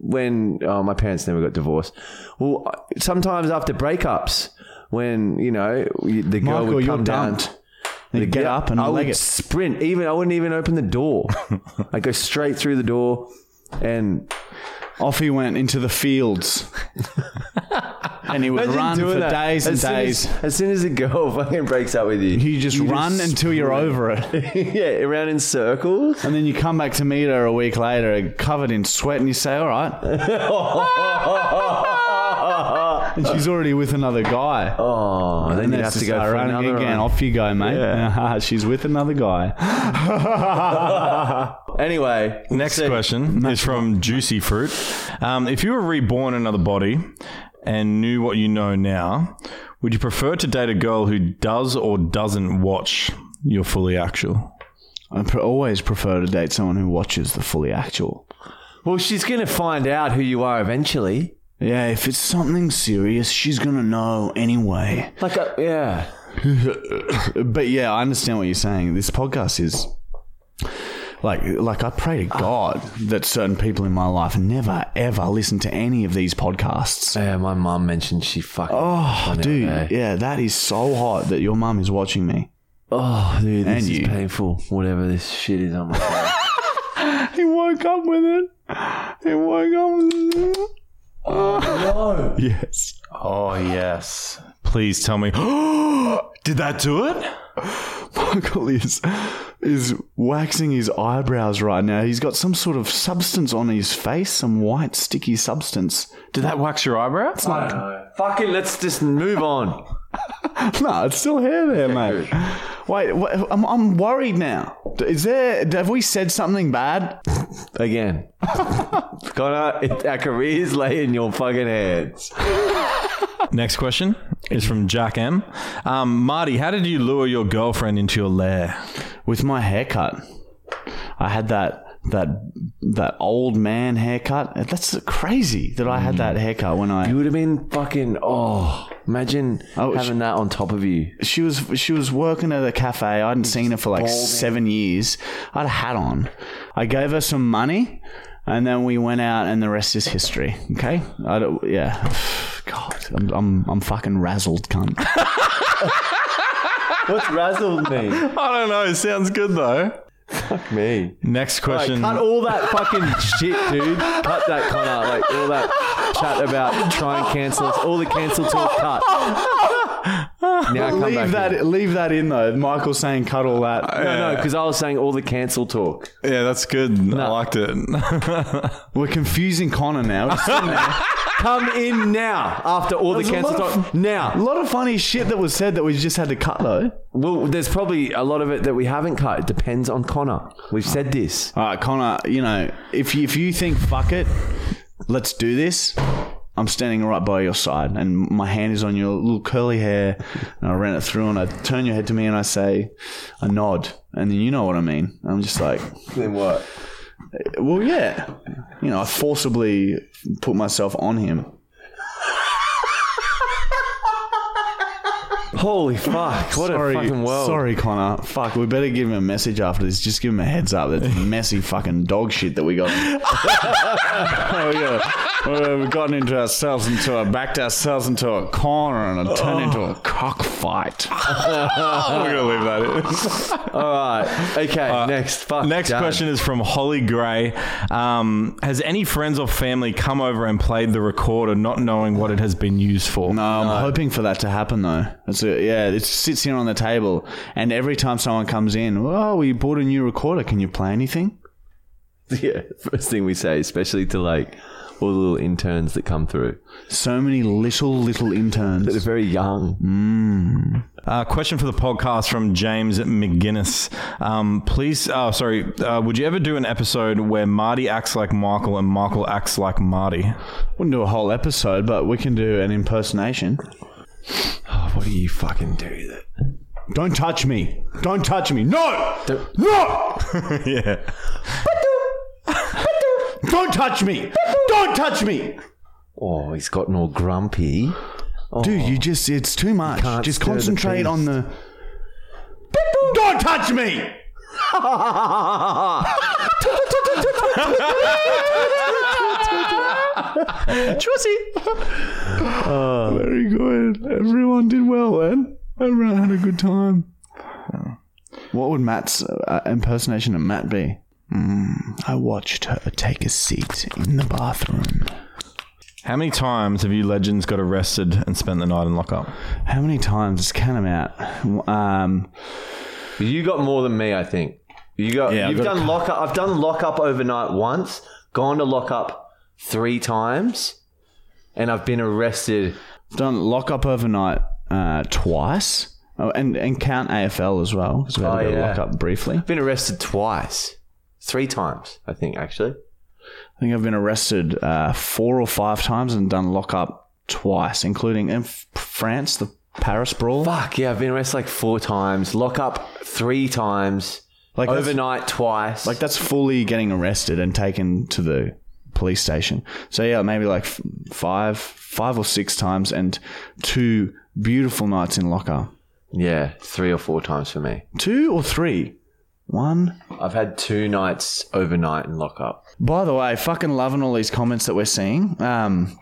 when oh, my parents never got divorced. Well, sometimes after breakups when you know you- the girl
Michael,
would
you're
come down.
dumped. You get
Yeah,
up and
I
leg
would
it.
sprint. Even I wouldn't even open the
<laughs>
door. I go straight through the door, and
Off he went into the
<laughs>
fields, and he would
Imagine
run
doing
for
that.
days and
as soon
days.
As, as soon as the girl <laughs> fucking breaks up with you,
you just
you
run
just
until you're over it.
<laughs> yeah, around in circles.
And then you come back to meet her a week later, covered in sweat, and you say, "All right."
<laughs>
and she's already with another guy.
Oh,
and
then you'd
then
have
it's
to
just
go
like
for
running
another
again.
one.
Off you go, mate. <laughs> Ah, she's with another guy.
<laughs> Anyway,
Next question is from Juicy Fruit. Um, if you were reborn another body and knew what you know now, would you prefer to date a girl who does or doesn't watch your fully actual?
<laughs> I pr- always prefer to date someone who watches the fully actual.
well, she's going to find out who you are eventually.
Yeah, if it's something serious, she's gonna know anyway. <laughs>
Like, uh, yeah,
but yeah, I understand what you're saying. This podcast is like like I pray to God that certain people in my life never ever listen to any of these podcasts.
yeah. My mum mentioned she fucking.
Oh, dude,
eh?
yeah, that is so hot that your mum is watching me.
Oh, dude, this
And
is
you.
painful. Whatever this shit is <laughs> on my phone.
He woke up with it. He woke up. With it.
no.
Yes.
Oh, yes. Please tell me. <gasps> Did that do it?
Michael is is waxing his eyebrows right now. He's got some sort of substance on his face, some white sticky substance. <laughs>
Did that wax your eyebrow? It's not.
Fucking, let's just move on.
No, it's still here, there, mate. Wait, wha- I'm, I'm worried now. Is there? Have we said something bad?
<laughs> Again, Connor, it, our careers lay in your fucking hands.
Next question is from Jack M. Um, Marty, how did you lure your girlfriend into your lair?
With my haircut, I had that that that old man haircut. That's crazy that I had that haircut when I.
You would have been fucking. Oh, imagine
Oh,
having that on top of you.
she was she was working at a cafe. I hadn't seen her for like seven years. I had a hat on. I gave her some money, and then we went out, and the rest is history. Okay, I don't, yeah. <sighs> God, I'm, I'm I'm fucking razzled, <laughs> cunt.
What's razzled me?
I don't know. It sounds good though.
me.
Next question.
Cut all that fucking shit, dude. Cut that, Connor. Like all that chat about try and cancel us. All the cancel talk. Cut. Now come back
leave that
in.
leave that in though. Michael saying cut all that.
No, no, because I was saying all the cancel talk.
yeah, that's good. I liked it. <laughs>
We're confusing Connor now. It's still there. <laughs>
Come in now after all the
There's a
cancel
lot
talk.
of- a
now.
lot of funny shit that was said that we just had to cut though.
Well, there's probably a lot of it that we haven't cut. It depends on Connor. We've said this.
All right, Connor. You know, if you, if you think fuck it, let's do this. I'm standing right by your side, and my hand is on your little curly hair, and I ran it through, and I turn your head to me, and I say, a nod, and then you know what I mean. I'm just like,
Then what?
well, yeah, you know, I forcibly put myself on him.
Holy fuck. What
sorry,
a fucking world.
Sorry, Connor. Fuck, we better give him a message after this. Just give him a heads up.
<laughs>
That's messy fucking dog shit that we got. Oh,
Oh.
yeah. We've gotten into ourselves into a backed ourselves into a corner and a turned into a cockfight.
<laughs>
fight.
We're gonna leave that in.
All right. Okay. next. Fuck.
Uh, <laughs> Next
done.
question is from Holly Gray. Um, has any friends or family come over and played the recorder, not knowing what it has been used for?
No, I'm hoping for that to happen though. It's a, yeah, it sits here on the table, and every time someone comes in, oh, we bought a new recorder. Can you play anything?
<laughs> Yeah. First thing we say, especially to like all the little interns that come through.
So many little little
They're
interns.
very young.
Mm. Uh, question for the podcast from James McGuinness. Um, please, oh, sorry, uh, would you ever do an episode where Marty acts like Michael and Michael acts like Marty?
Wouldn't do a whole episode, but we can do an impersonation.
Oh, what do you fucking do? That?
Don't touch me! Don't touch me! No!
Don't-
no!
yeah.
Don't touch me! Don't touch me!
Oh, he's gotten all grumpy.
Dude, you just, it's too much.
can't
Just
stir the
concentrate
beast.
on the. Don't touch <laughs> me! Very good. Everyone did well, man. Everyone had a good time. What would Matt's uh, impersonation of Matt be? Mm, I watched her take a seat in the bathroom.
How many times have you legends got arrested and spent the night in lockup?
How many times? Just count them out. Um,
You got more than me, I think. You got.
Yeah, I've
you've
got
done lock up. I've done lock up overnight once. Gone to lock up three times, and I've been arrested.
done lock up overnight uh, twice. Oh, and, and count AFL as well, because we had
Oh,
to go
yeah.
lock up briefly.
I've been arrested twice, three times, I think actually.
I think I've been arrested uh, four or five times and done lock up twice, including in F- France, the Paris brawl.
Fuck yeah! I've been arrested like four times. Lock up three times.
Like, that's-
overnight twice.
Like that's fully getting arrested and taken to the police station. So yeah, maybe like f- five, five or six times, and two beautiful nights in locker.
yeah, three or four times for me.
Two or three. One.
I've had two nights overnight in lock up.
By the way, fucking loving all these comments that we're seeing. Um,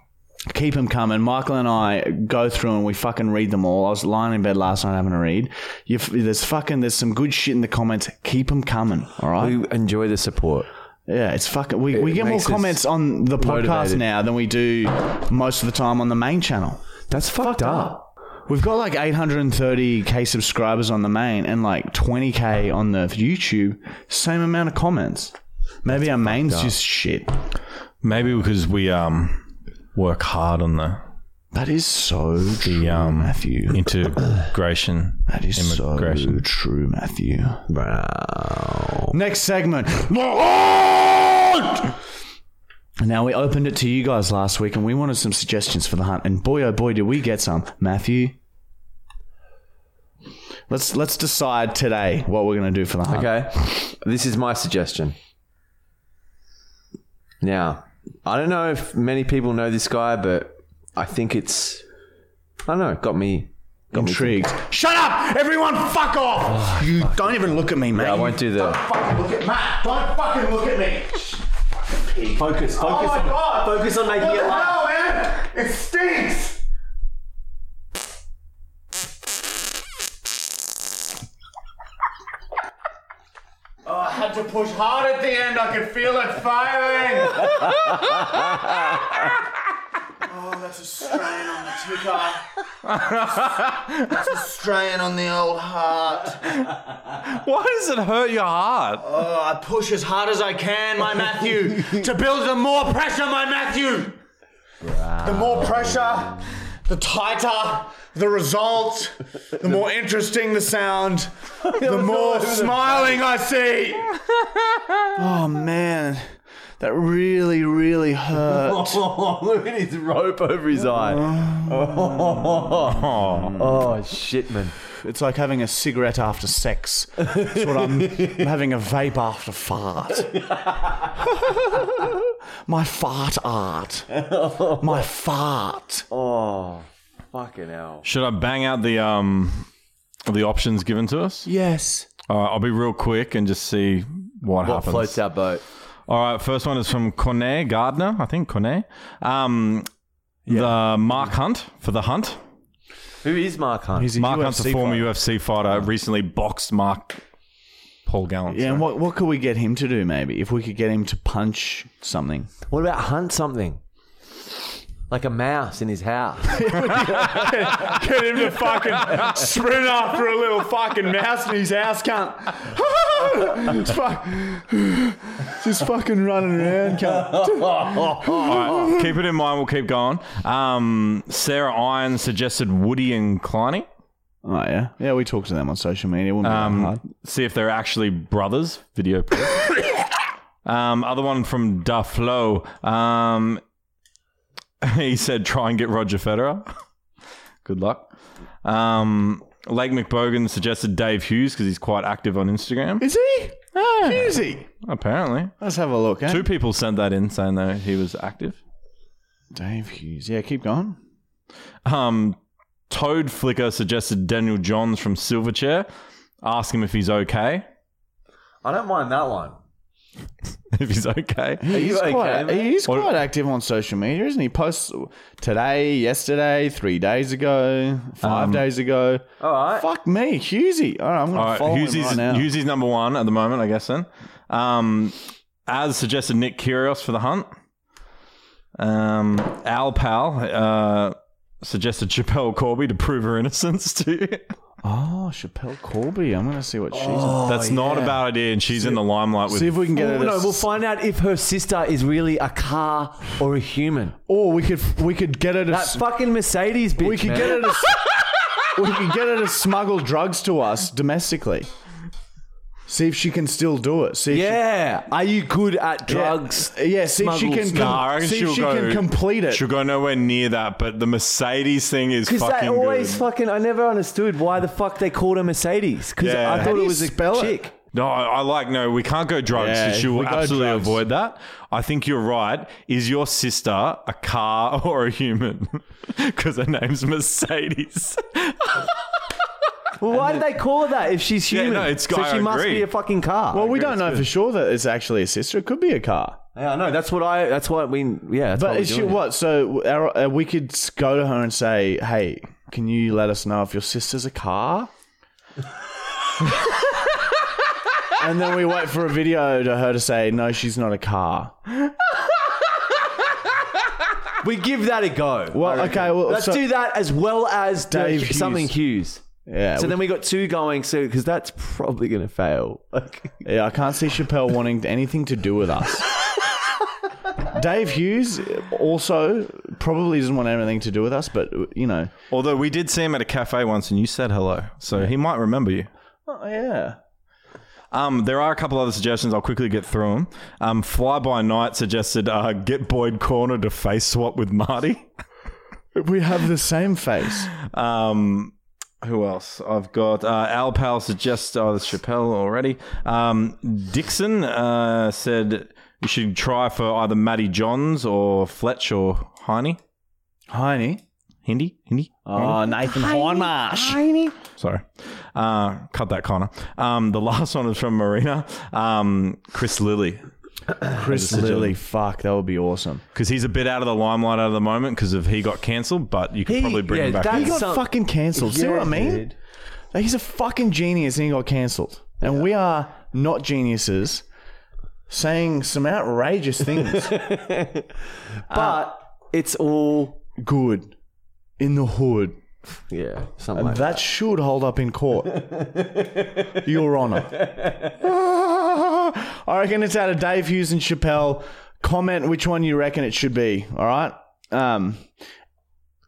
keep them coming. Michael and I go through and we fucking read them all. I was lying in bed last night having a read. you there's fucking there's some good shit in the comments. Keep them coming. All right.
We enjoy the support.
Yeah, it's fucking. We, we get more
makes us
comments on the podcast
motivated.
now than we do most of the time on the main channel.
That's fucked, up.
We've got like 830k subscribers on the main and like 20k on the YouTube. Same amount of comments. Maybe our main's just shit.
Maybe because we um, work hard on the,
That is so true,
the um,
Matthew.
integration.
That is so
immigration.
true, Matthew.
Wow.
Next segment. Now we opened it to you guys last week, and we wanted some suggestions for the hunt. And boy, oh boy, did we get some, Matthew. Let's let's decide today what we're gonna do for the hunt.
Okay. This is my suggestion. Now, I don't know if many people know this guy, but I think it's I don't know, it got me
Intrigued. Shut up, everyone! Fuck off! you don't even look at me, mate.
I won't do the
Fucking look at Matt. Don't fucking look at me. Oh
focus, focus on,
God!
focus on making it laugh.
man? It stinks. Oh, I had to push hard at the end. I could feel it firing. oh, that's a strain on the ticker. That's a strain on the old heart.
Why does it hurt your heart?
Oh, I push as hard as I can, my Matthew, to build the more pressure, my Matthew. The more pressure, the tighter the result, the more interesting the sound, the more smiling I see. Oh man, that really, really hurt.
Oh, <laughs> look at his rope over his <laughs> eye. Oh, oh shit, man.
It's like having a cigarette after sex. That's what <laughs> I'm, I'm having a vape after fart. <laughs> My fart <laughs> art. My fart.
Oh, fucking hell.
Should I bang out the um, the options given to us?
Yes.
All right, I'll be real quick and just see
What
what, happens.
floats our boat?
All right, first one is from Cornet Gardner, I think Cornet. Um, The Mark Hunt for the Hunt.
Who is Mark Hunt?
He's a
Mark
UFC
Hunt's a former
fighter.
UFC fighter. Recently boxed Mark Paul Gallant.
Yeah, and what, what could we get him to do, maybe? If we could get him to punch something.
What about hunt something? Like a mouse in his <laughs> house.
Get him to fucking sprint after a little fucking mouse in his house, cunt. <laughs> It's fuck- <sighs> Just fucking running around, cunt.
All right, keep it in mind. We'll keep going. Um, Sarah Irons suggested Woody and Kleiny.
Oh, yeah. Yeah, we talk to them on social media. Wouldn't be that hard.
See if they're actually brothers. Video. proof. um, other one from Dufflo. Um, <laughs> he said, "Try and get Roger Federer." <laughs> Good luck. Um, Lake McBogan suggested Dave Hughes because he's quite active on Instagram.
Is he?
Ah,
Is he?
apparently,
Let's have a look, eh?
two people sent that in saying that he was active.
Dave Hughes. Yeah, keep going.
Um, Toad Flicker suggested Daniel Johns from Silverchair. Ask him if he's okay. <laughs>
I don't mind that one.
If he's okay.
He's
you okay,
quite,
mate?
he's quite active on social media, isn't he? Posts today, yesterday, three days ago, five days ago.
All right.
Fuck me, Hughesy. All right, I'm gonna
Um, All right,
follow
Hughes
him
is,
right now.
Hughes is number one at the moment, I guess. Then, um, as suggested, Nick Kyrgios for the hunt. Um, Al Pal uh, suggested Chappelle Corby to prove her innocence <laughs> to you.
Oh, Chappelle Corby. I'm gonna see what she's. on.
That's not a bad idea, and she's in the limelight with.
Oh, See if we can get
Well,
her. to
no, we'll
s-
find out if her sister is really a car or a human.
or Oh, we could we could get her to.
That
s-
fucking Mercedes bitch.
we could
man.
get her to.
<laughs>
s- we could get her to smuggle drugs to us domestically. See if she can still do it. See if she
Yeah. Are you good at drugs?
Yeah, yeah see if she
smuggles?
can, com-
Nah, I reckon
see if
she'll
she
go-
can complete it.
She'll go nowhere near that, but the Mercedes thing is
Because
fucking
they always
good.
fucking. I never understood why the fuck they called her Mercedes. Because
Yeah.
I
How
thought
do
it
you
was a
spell it?
chick.
No, I I like no. We can't go drugs.
Yeah,
so she
we
will
go
absolutely
drugs.
avoid that. I think you're right. Is your sister a car <laughs> or a human? Because her name's Mercedes. <laughs>
Well, why did they call her that if she's
Yeah,
human?
no, it's-
so
I
she must
agree.
be a fucking car.
well, we don't know for sure that it's actually a sister. It could be a car.
yeah, I know. That's what I. That's what we. Yeah. That's why
But
we're
is she
doing it.
what? So our, uh, we could s- go to her and say, "Hey, can you let us know if your sister's a car?" <laughs> and then we wait for a video to her to say, "No, she's not a car."
We give that a go.
Well, okay, well,
Let's
so-
do that as well as the-
Dave Hughes.
something Hughes.
Yeah.
So
we-
then we got two going, so because that's probably going to fail. <laughs> Like,
yeah, I can't see Chappelle wanting anything to do with us. Dave Hughes uh, also probably doesn't want anything to do with us, but uh, you know,
Although we did see him at a cafe once, and you said hello, so he might remember you.
oh, yeah.
Um, there are a couple other suggestions. I'll quickly get through them. Um, Fly by Night suggested uh, get Boyd Corner to face swap with Marty.
We have the same face.
Um, who else? I've got uh, Al Pal suggests. Oh, there's Chappelle already. Um, Dixon uh, said you should try for either Matty Johns or Fletch or Heine.
Heine.
Hindi? Hindi?
Oh, Nathan Hindmarsh.
Sorry. Uh, cut that, Connor. Um, the <laughs> last one is from Marina. Um, Chris Lilly.
Chris Lilly. Fuck, that would be awesome.
Because he's a bit out of the limelight at the moment because of he got cancelled, but you could
He-
probably bring
yeah,
him back.
that-
He got
Some-
fucking cancelled. See what I mean?
dude.
Like, He's a fucking genius and he got cancelled. And we are not geniuses saying some outrageous <laughs> things.
But it's all
Good. In the hood.
yeah, something like that.
That should hold up in <laughs> court. Your Honor. <laughs> I reckon it's out of Dave Hughes and Chappelle. Comment which one you reckon it should be. All right. Um.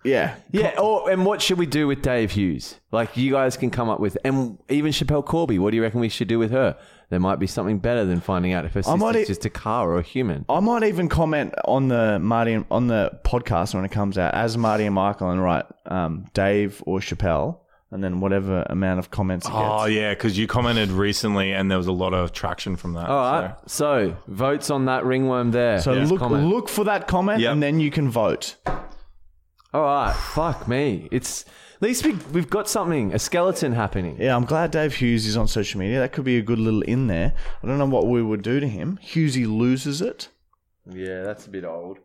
Yeah.
Yeah. Or and what should we do with Dave Hughes? Like you guys can come up with, and even Chappelle Corby. What do you reckon we should do with her? There might be something better than finding out if her sister's
might e- Oh,
just a car or a human.
I might even comment on the Marty and, on the podcast when it comes out as Marty and Michael and write um, Dave or Chappelle and then whatever amount of comments it gets.
Oh, yeah, because you commented recently and there was a lot of traction from that.
All right.
so.
So. votes on that ringworm there.
so look
Comment.
look for that comment
Yep.
and then you can vote.
All right. Fuck me. It's at least we, we've got something, a skeleton happening.
Yeah, I'm glad Dave Hughes is on social media. That could be a good little in there. I don't know what we would do to him. Hughesy loses it.
<laughs> Yeah, that's a bit old.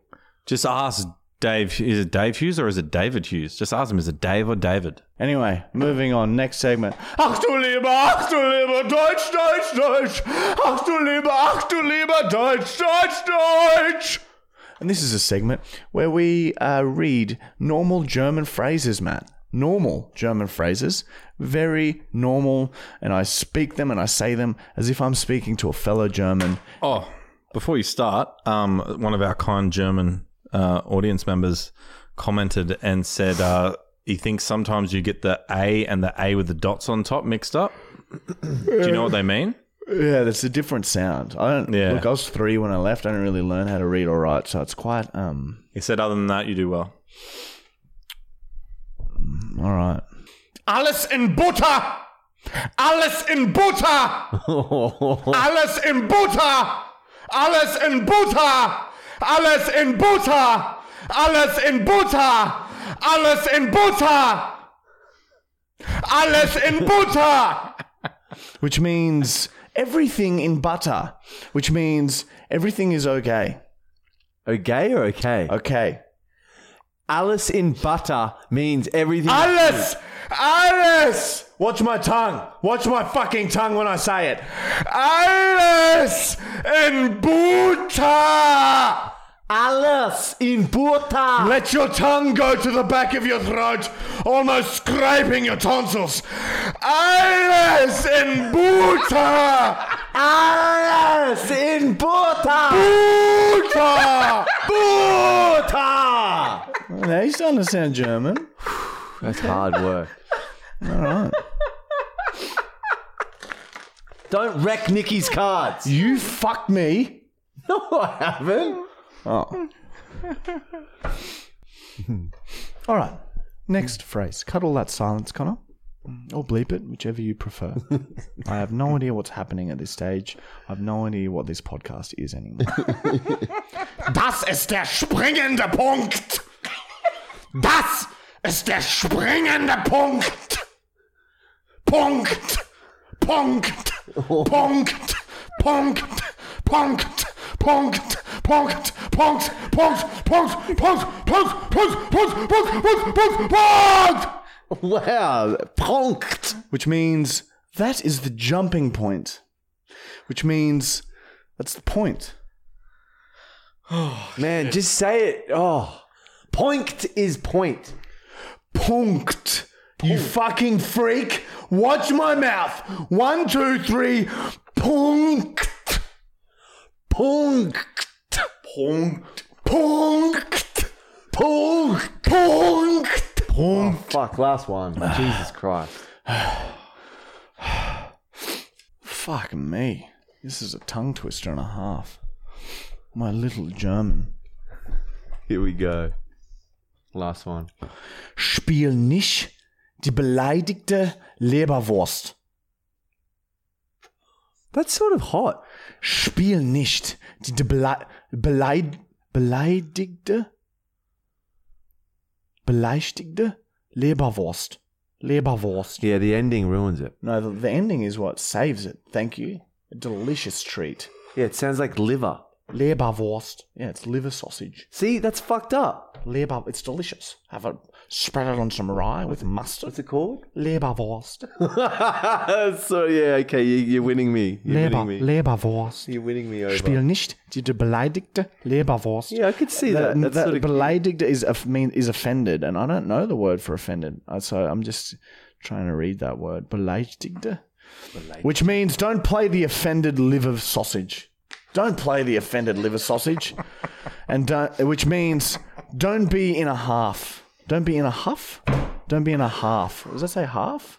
Just ask Dave, is it Dave Hughes or is it David Hughes? Just ask him, is it Dave or David?
Anyway, moving on. Next segment. Ach du lieber, ach du lieber, Deutsch, Deutsch, Deutsch. Ach du lieber, ach du lieber, Deutsch, Deutsch, Deutsch. And this is a segment where we uh, read normal German phrases, Matt. Normal German phrases, very normal, and I speak them and I say them as if I'm speaking to a fellow German.
Oh, before you start, um, one of our kind German uh, audience members commented and said uh, he thinks sometimes you get the A and the A with the dots on top mixed up. Do you know what they mean?
Yeah, that's a different sound. I don't.
Yeah.
Look, I was three when I left. I didn't really learn how to read or write, so it's quite um
He said, other than that, you do <laughs> well.
All right. Alles in Butter! Alles in Butter! <laughs> Alles in Butter! Alles in Butter! Alles in Butter! Alles in Butter! Alles in Butter! Alles in Butter! <laughs> Which means everything in butter, which means everything is okay.
Okay or okay?
Okay.
Alice in butter means everything.
Alles! Alles! Watch my tongue. Watch my fucking tongue when I say it. Alles in Buta!
Alice in butter.
Let your tongue go to the back of your throat, almost scraping your tonsils. Alles in Buta!
Alice in butter.
Buta!
Butter.
Now he's starting to sound German.
That's hard work. <laughs> All right. Don't wreck Nikki's cards.
You fuck me.
No, I haven't.
All right. Next phrase. Cut all that silence, Connor. Mm, Or bleep it, whichever you <laughs> prefer. I have no idea what's happening at this stage. I have no idea what this podcast is anymore. <laughs> das ist der springende Punkt. Das ist der springende Punkt. Punkt. Punkt. Punkt. Punkt. Punkt. Punkt. Punkt. Punkt. Punkt. Punkt. Punkt. Punkt. Punkt. Punkt. Punkt. Punkt. Punkt.
Wow, pronked.
Which means that is the jumping point. Which means that's the point.
Man, just say it. Oh, point is point.
Punkt. You fucking freak. Watch my mouth. One, two, three. Punkt.
Punkt.
Punkt. Punkt. Punkt. Punkt. Punkt.
Fuck, last <sighs> one. Jesus Christ.
Fuck me. This is a tongue twister and a half. My little German.
Here we go. Last one.
Spiel nicht die beleidigte Leberwurst.
That's sort of hot.
Spiel nicht die de belei belei beleidigte beleidigte Leberwurst. Leberwurst.
Yeah, the ending ruins it.
No, the, the ending is what saves it. Thank you. A delicious treat.
Yeah, it sounds like liver.
Leberwurst. Yeah, it's liver sausage.
See, that's fucked up.
Leber, it's delicious. Have a spread it on some rye with mustard.
What's it <laughs> called?
Leberwurst.
so yeah, okay, you, you're winning me. You're
Leber,
winning me.
Leberwurst.
You're winning me over.
Spiel nicht die de beleidigte Leberwurst.
Yeah, I could see that.
that,
That's
that
sort of
beleidiged is of- mean is offended, and I don't know the word for offended, Uh, so I'm just trying to read that word beleidigte, which means don't play the offended liver sausage. Don't play the offended liver
<laughs>
sausage, and don't, which means don't be in a half. Don't be in a huff. Don't be in a half. Does that say half?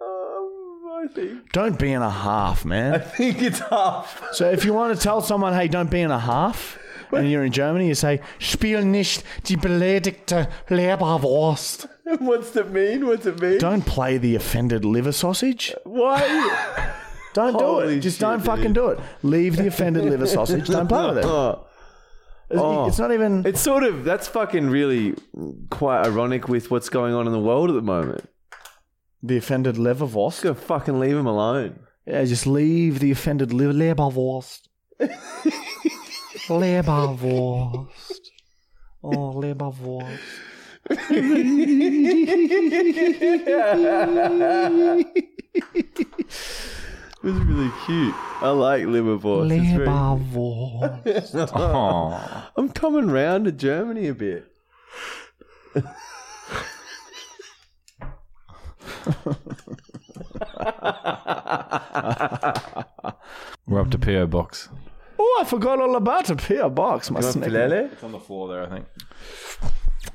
Um, I think
Don't be in a half, man.
I <laughs> think it's half. <laughs>
So if you want to tell someone, hey, don't be in a half, and you're in Germany, you say, spiel nicht die beleidigte Leberwurst.
What's it mean? What's it mean?
Don't play the offended liver sausage.
Why?
Don't do
Holy
it. Just
shit,
don't fucking
dude.
do it. Leave the offended liver sausage. Don't <laughs> play with
<laughs>
it.
Oh,
It's not even.
it's sort of that's fucking really quite ironic with what's going on in the world at the moment.
the offended
Just
Leberwurst.
gonna fucking leave him alone.
Yeah, just leave the offended liver
<laughs>
Leberwurst. Leberwurst.
Oh, Leberwurst.
It was really cute. I like liverwurst. It's very-
Leberwurst.
<laughs>
Oh,
I'm coming round to Germany a bit.
we're up to PO box.
Oh, I forgot all about a PR box. My snake.
Filele?
It's on the floor there, I think.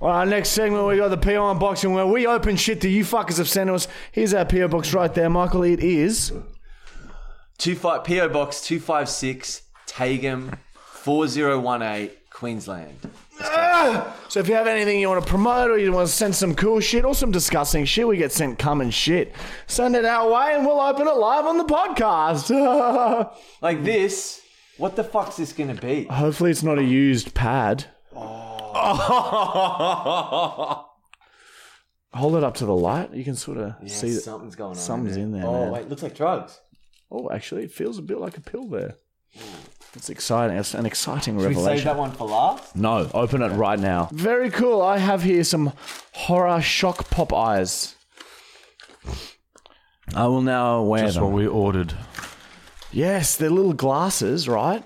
All right, next segment we got the PR unboxing where we open shit that you fuckers have sent us. Here's our PR box right there, Michael. It is.
Two five PO Box two five six Tagum four zero one eight Queensland.
So if you have anything you want to promote or you want to send some cool shit or some disgusting shit, we get sent cum and shit. Send it our way and we'll open it live on the podcast. <laughs>
Like this. What the fuck's this gonna <laughs> be?
Hopefully, it's not a used pad. Hold it up to the light. You can sort of see that.
something's going on.
something's in there,
Oh
man.
wait, looks like drugs.
Oh, actually, it feels a bit like a pill there. It's exciting. It's an exciting
We
revelation.
saved that one for last.
No, open it right now. Very cool. I have here some horror shock pop eyes. I will now wear
That's
them.
what we ordered.
Yes, they're little glasses, right?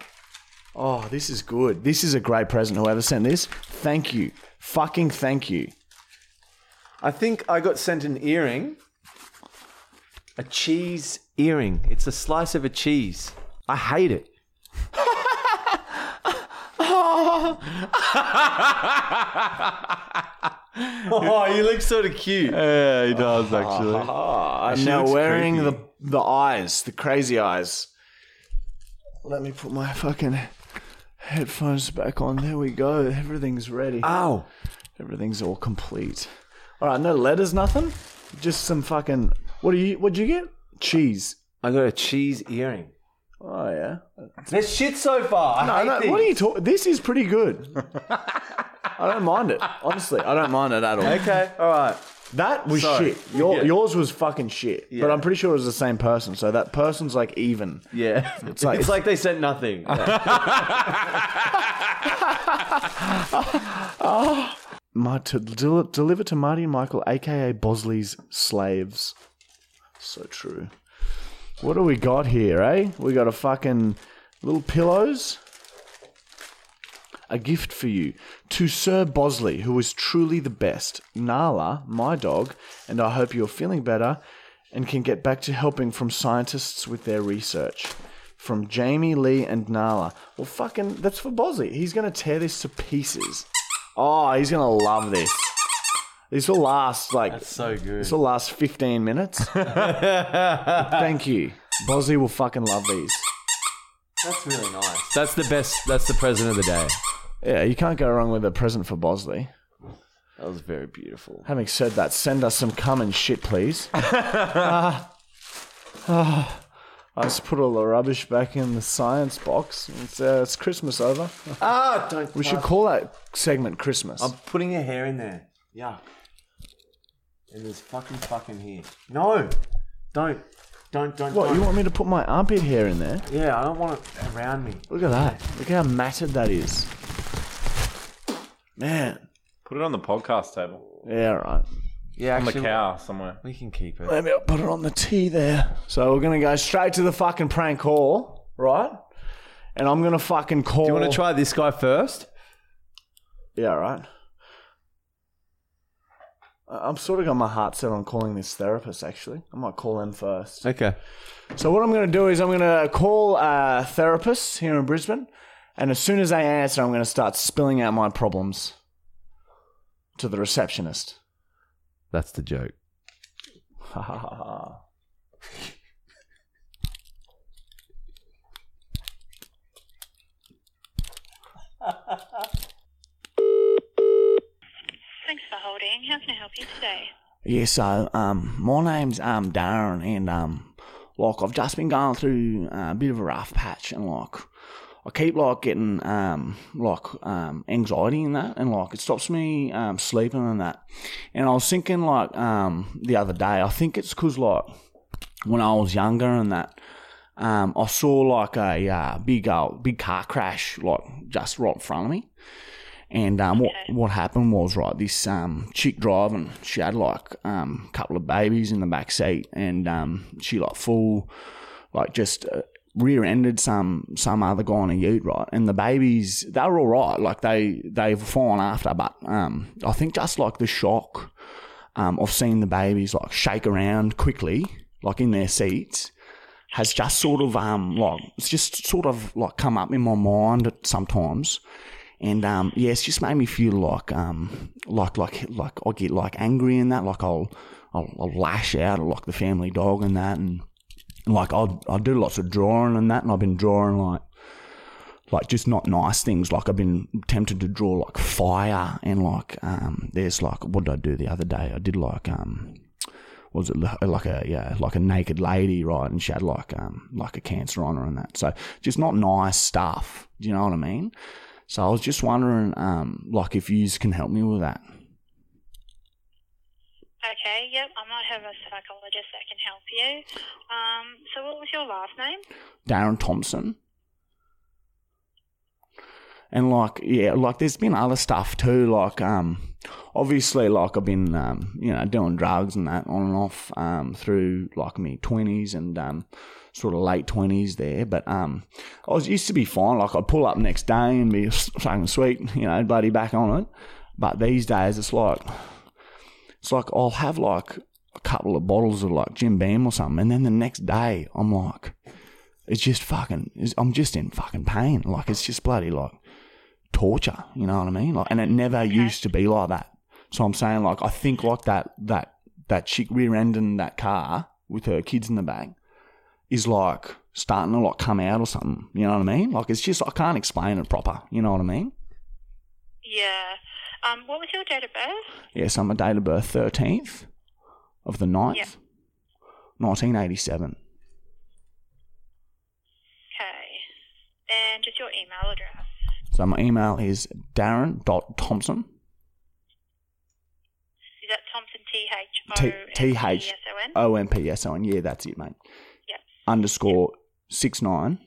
Oh, this is good. This is a great present. Whoever sent this, thank you. Fucking thank you.
I think I got sent an earring. A cheese earring. It's a slice of a cheese. I
<laughs>
hate it. <laughs> oh, you look sort of cute.
Uh,
Yeah, he does actually.
I'm
She
now
looks
wearing
creepy.
the the eyes, the crazy eyes. Let me put my fucking headphones back on. There we go. Everything's ready.
Ow.
Everything's all complete. All right, no letters, nothing. Just some fucking. What do you? What'd you get? Cheese.
I got a cheese earring.
Oh yeah.
There's shit so far. I
I
hate
don't,
these.
what are you talking? This is pretty
<laughs>
good. I don't mind it. Honestly, I don't mind it at all.
Okay, all right.
That was
Sorry.
shit. Your,
Yeah.
Yours was fucking shit. But
Yeah.
I'm pretty sure it was the same person. So that person's like even.
Yeah. <laughs> It's
like-
like, they sent nothing.
My, to del- deliver to Marty and Michael, aka Bosley's slaves. So true. What do we got here, eh? We got a fucking little pillows. A gift for you to Sir Bosley, who is truly the best. Nala, my dog, and I hope you're feeling better and can get back to helping from scientists with their research. From Jamie Lee and Nala. Well, fucking, that's for Bosley. He's gonna tear this to pieces. Oh, he's gonna love this. This will last like
so good.
this will last 15 minutes.
<laughs>
Thank you. Bosley will fucking love these.
That's really nice. That's the best. That's the present of the day.
Yeah, you can't go wrong with a present for Bosley.
That was very beautiful.
Having said that, send us some cum and shit, please. Ah, ah. I just put all the rubbish back in the science box. It's, uh, it's Christmas over.
Ah, don't.
We should call that segment Christmas.
I'm putting your hair in there. Yuck. And there's fucking fucking here. No, don't, don't, don't.
What,
don't.
you want me to put my armpit hair in there?
yeah, I don't want it around me.
Look at that. Look how matted that is. Man.
<laughs> Put it on the podcast table.
Yeah, right.
Yeah,
On the
actually,
cow somewhere.
we can keep it.
Let me put it on the T there. So we're gonna go straight to the fucking prank call, right? And I'm gonna fucking call.
You want to try this guy first?
Yeah, right. I- I'm sort of got my heart set on calling this therapist. Actually, I might call him first.
Okay.
So what I'm gonna do is I'm gonna call a therapist here in Brisbane, and as soon as they answer, I'm gonna start spilling out my problems to the receptionist.
That's the joke.
Ha ha ha ha.
Thanks for holding. How can I help you today?
Yeah, so um, my name's um Darren, and um, like I've just been going through uh, a bit of a rough patch, and like I keep like getting um like um anxiety and that, and like it stops me um sleeping and that. And I was thinking like um the other day, I think it's cause like when I was younger and that. Um, I uh, saw like a uh, big old, big car crash like just right in front of me, And um, what what happened was right, this um chick driving, she had like um couple of babies in the back seat, and um she like full like just uh, rear-ended some some other guy in a ute, right? And the babies, they were all right, like they they were fine after, but um, I think just like the shock um, of seeing the babies like shake around quickly, like in their seats, has just sort of um like it's just sort of like come up in my mind at sometimes. And um, yeah, it's just made me feel like um, like like like I get like angry and that, like I'll I'll, I'll lash out at like the family dog and that, and like I I do lots of drawing and that, and I've been drawing like like just not nice things. Like I've been tempted to draw like fire and like um, there's like what did I do the other day? I did like um, what was it li- like a yeah like a naked lady right, and she had like um like a cancer on her and that. So just not nice stuff. Do you know what I mean? So I was just wondering um like if yous can help me with that.
Okay, yep, I might have a psychologist that can help you. Um, so what was your last name?
Darren Thompson. And like yeah, like there's been other stuff too. Like um, obviously like I've been um, you know doing drugs and that on and off um through like me twenties and um sort of late twenties there. But um, I was used to be fine. Like I'd pull up next day and be fucking sweet, you know, bloody back on it. But these days it's like it's like I'll have like a couple of bottles of like Jim Beam or something, and then the next day I'm like, it's just fucking, it's, I'm just in fucking pain. Like it's just bloody like torture. You know what I mean? Like, and it never used to be like that. So I'm saying like I think like that that that chick rear-ending that car with her kids in the back is like starting to like come out or something. You know what I mean? Like it's just I can't explain it proper. You know what I mean?
Yeah. Um, what was your date of birth?
Yes, I'm a date of birth 13th of the 9th,
Yeah.
1987.
Okay. And just your email address.
So my email is darren.thompson.
Is that Thompson T H O
T-
Oh, T
T-H-
H S O N?
O M P S O N. Yeah, that's it, mate.
Yep.
Underscore six nine.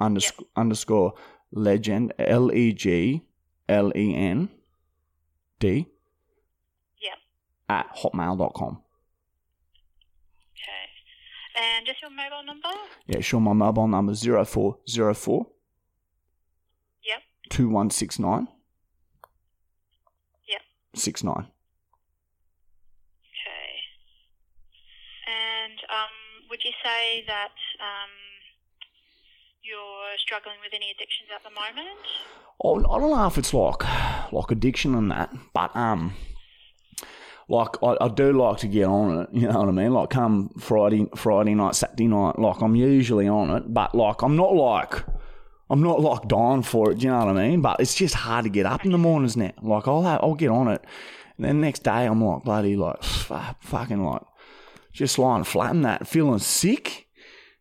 Undersc- Underscore legend. L E G L E N D
Yep.
at hotmail.com.
Okay. And just your mobile number?
Yeah, sure. My mobile number is 0404
Yep.
2169
Yep.
69.
Okay. And um, would you say that um, you're struggling with any addictions at the moment?
I Oh, I don't know if it's like like addiction and that, but um, like I, I do like to get on it. You know what I mean? Like come Friday Friday night, Saturday night, like I'm usually on it, but like I'm not like I'm not like dying for it. Do you know what I mean? But it's just hard to get up in the mornings now. Like I'll have, I'll get on it, and then next day I'm like bloody like fu- fucking like just lying flat in that, feeling sick.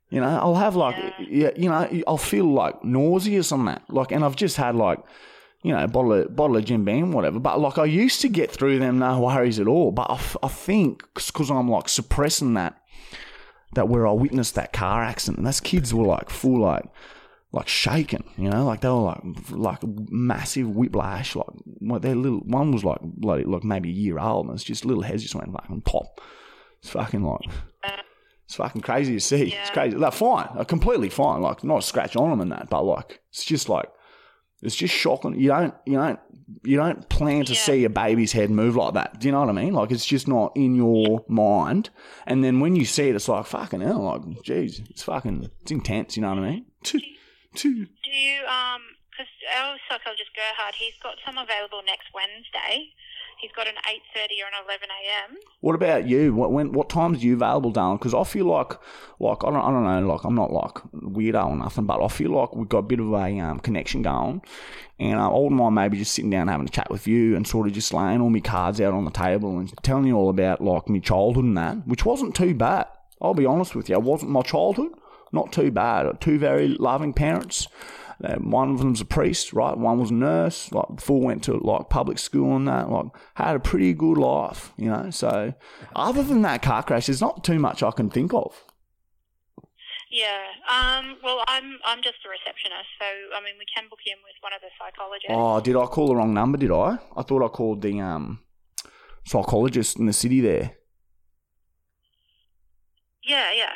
You know, I'll have like, yeah, you know, I'll feel like nauseous on that. Like, and I've just had like, you know, a bottle of, bottle of Jim Beam, whatever. But like, I used to get through them, no worries at all. But I, f- I think because I'm like suppressing that, that where I witnessed that car accident, and those kids were like full like, like shaking, you know, like they were like like massive whiplash, like what their little one was like bloody like maybe a year old, and it's just little heads just went like and pop. It's fucking like it's fucking crazy to see. It's crazy. They're fine. They're completely fine. Like not a scratch on them and that, but like it's just like it's just shocking. You don't you don't you don't plan to
Yeah.
see a baby's head move like that. Do you know what I mean? Like it's just not in your mind. And then when you see it, it's like fucking hell. Like jeez, it's fucking it's intense. You know what I mean? <laughs> Two, two.
Do you, um, because our psychologist Gerhard, he's got some available next Wednesday. He's got an 8.30 or an 11 a.m.
What about you? What when? What times are you available, darling? Because I feel like, like I don't, I don't know, like I'm not like weirdo or nothing, but I feel like we've got a bit of a um, connection going, and um, I wouldn't mind maybe just sitting down having a chat with you and sort of just laying all my cards out on the table and telling you all about like my childhood and that, which wasn't too bad. I'll be honest with you, it wasn't my childhood, not too bad. Two very loving parents. Uh, One of them's a priest, right? One was a nurse. Like, four went to like public school and that. Like, had a pretty good life, you know. So, other than that car crash, there's not too much I can think of.
Yeah. Um, well, I'm I'm just a receptionist, so I mean we can book you in with one of the psychologists.
Oh, did I call the wrong number? Did I? I thought I called the um psychologist in the city there.
Yeah, yeah.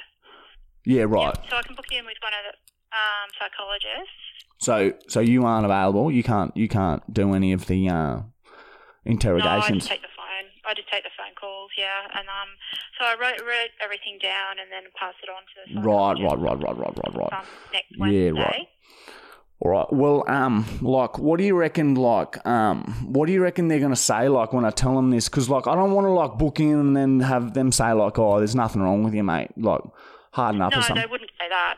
Yeah, right.
Yep, so I can book you in with one of the um, psychologists.
So, so you aren't available. You can't. You can't do any of the uh,
No, I just
interrogations.
take the phone. I just take the phone calls. Yeah, and um, so I wrote wrote everything down and then passed it on to the
right,
psychologist.
right, right, right, right, right, right.
Um, next
Yeah,
Wednesday.
right. All right. Well, um, like, what do you reckon? Like, um, what do you reckon they're gonna say? Like, when I tell them this, because like, I don't want to like book in and then have them say like, "Oh, there's nothing wrong with you, mate." Like, harden up
No,
or
they
something.
wouldn't say that.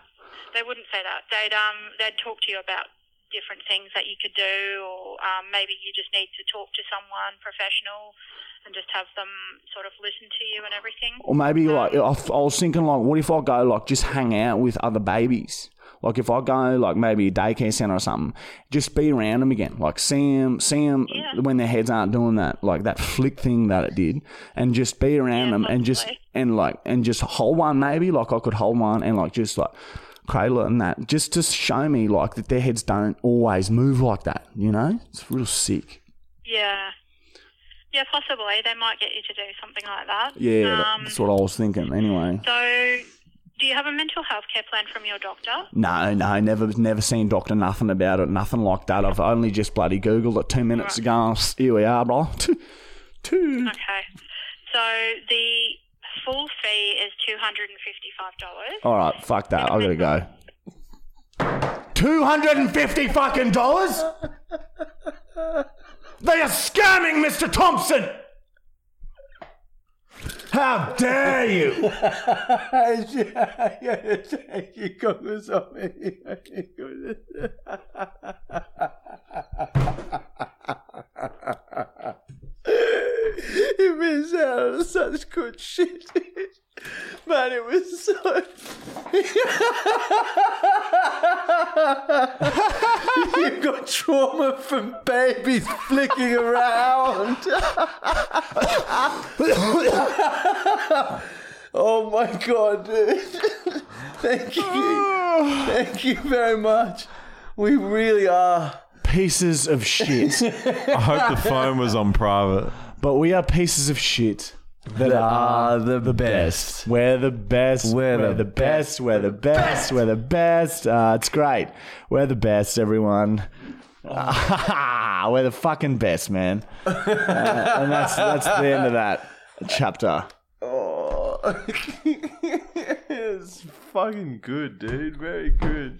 They wouldn't say that. They'd um, they'd talk to you about different things that you could do, or um, maybe you just need to talk to someone professional and just have them sort of listen to you and everything.
Or maybe like, I,
Um,
I was thinking like, what if I go like just hang out with other babies? Like, if I go like maybe a daycare center or something, just be around them again. Like, see them, see 'em
Yeah.
when their heads aren't doing that, like that flick thing that it did, and just be around
Yeah,
them and just
possibly.
and like and just hold one maybe. Like, I could hold one and like just like cradle it and that, just to show me like that their heads don't always move like that. You know, it's real sick.
Yeah. Yeah, possibly. They might get you to do something like that.
Yeah, that-
Um,
that's what I was thinking. Anyway.
so, do you have a mental health care plan from your doctor?
No, no, never, never seen doctor nothing about it, nothing like that. I've only just bloody googled it two minutes ago. and s- Here we are, bro. <laughs> Two.
Okay. So, the full fee is $255.
All right, fuck that. I gotta go. Two hundred and fifty fucking dollars. They are scamming, Mister Thompson. How dare you?
<laughs> you got this on me. It was out of such good shit. Man, it was so. <laughs> you got trauma from babies flicking around. Oh my god, dude. <laughs> Thank <sighs> you. Thank you very much. We really are.
Pieces of shit. <laughs>
I hope <laughs> the phone was on private.
but we are pieces of shit that are.
Ah, the, best.
We're the best.
We're the
best. We're the best. We're the best. Uh, it's great. We're the best, everyone. <laughs> we're the fucking best, man. Uh, and that's that's the end of that chapter.
<laughs> Oh. it's fucking good, dude. Very good.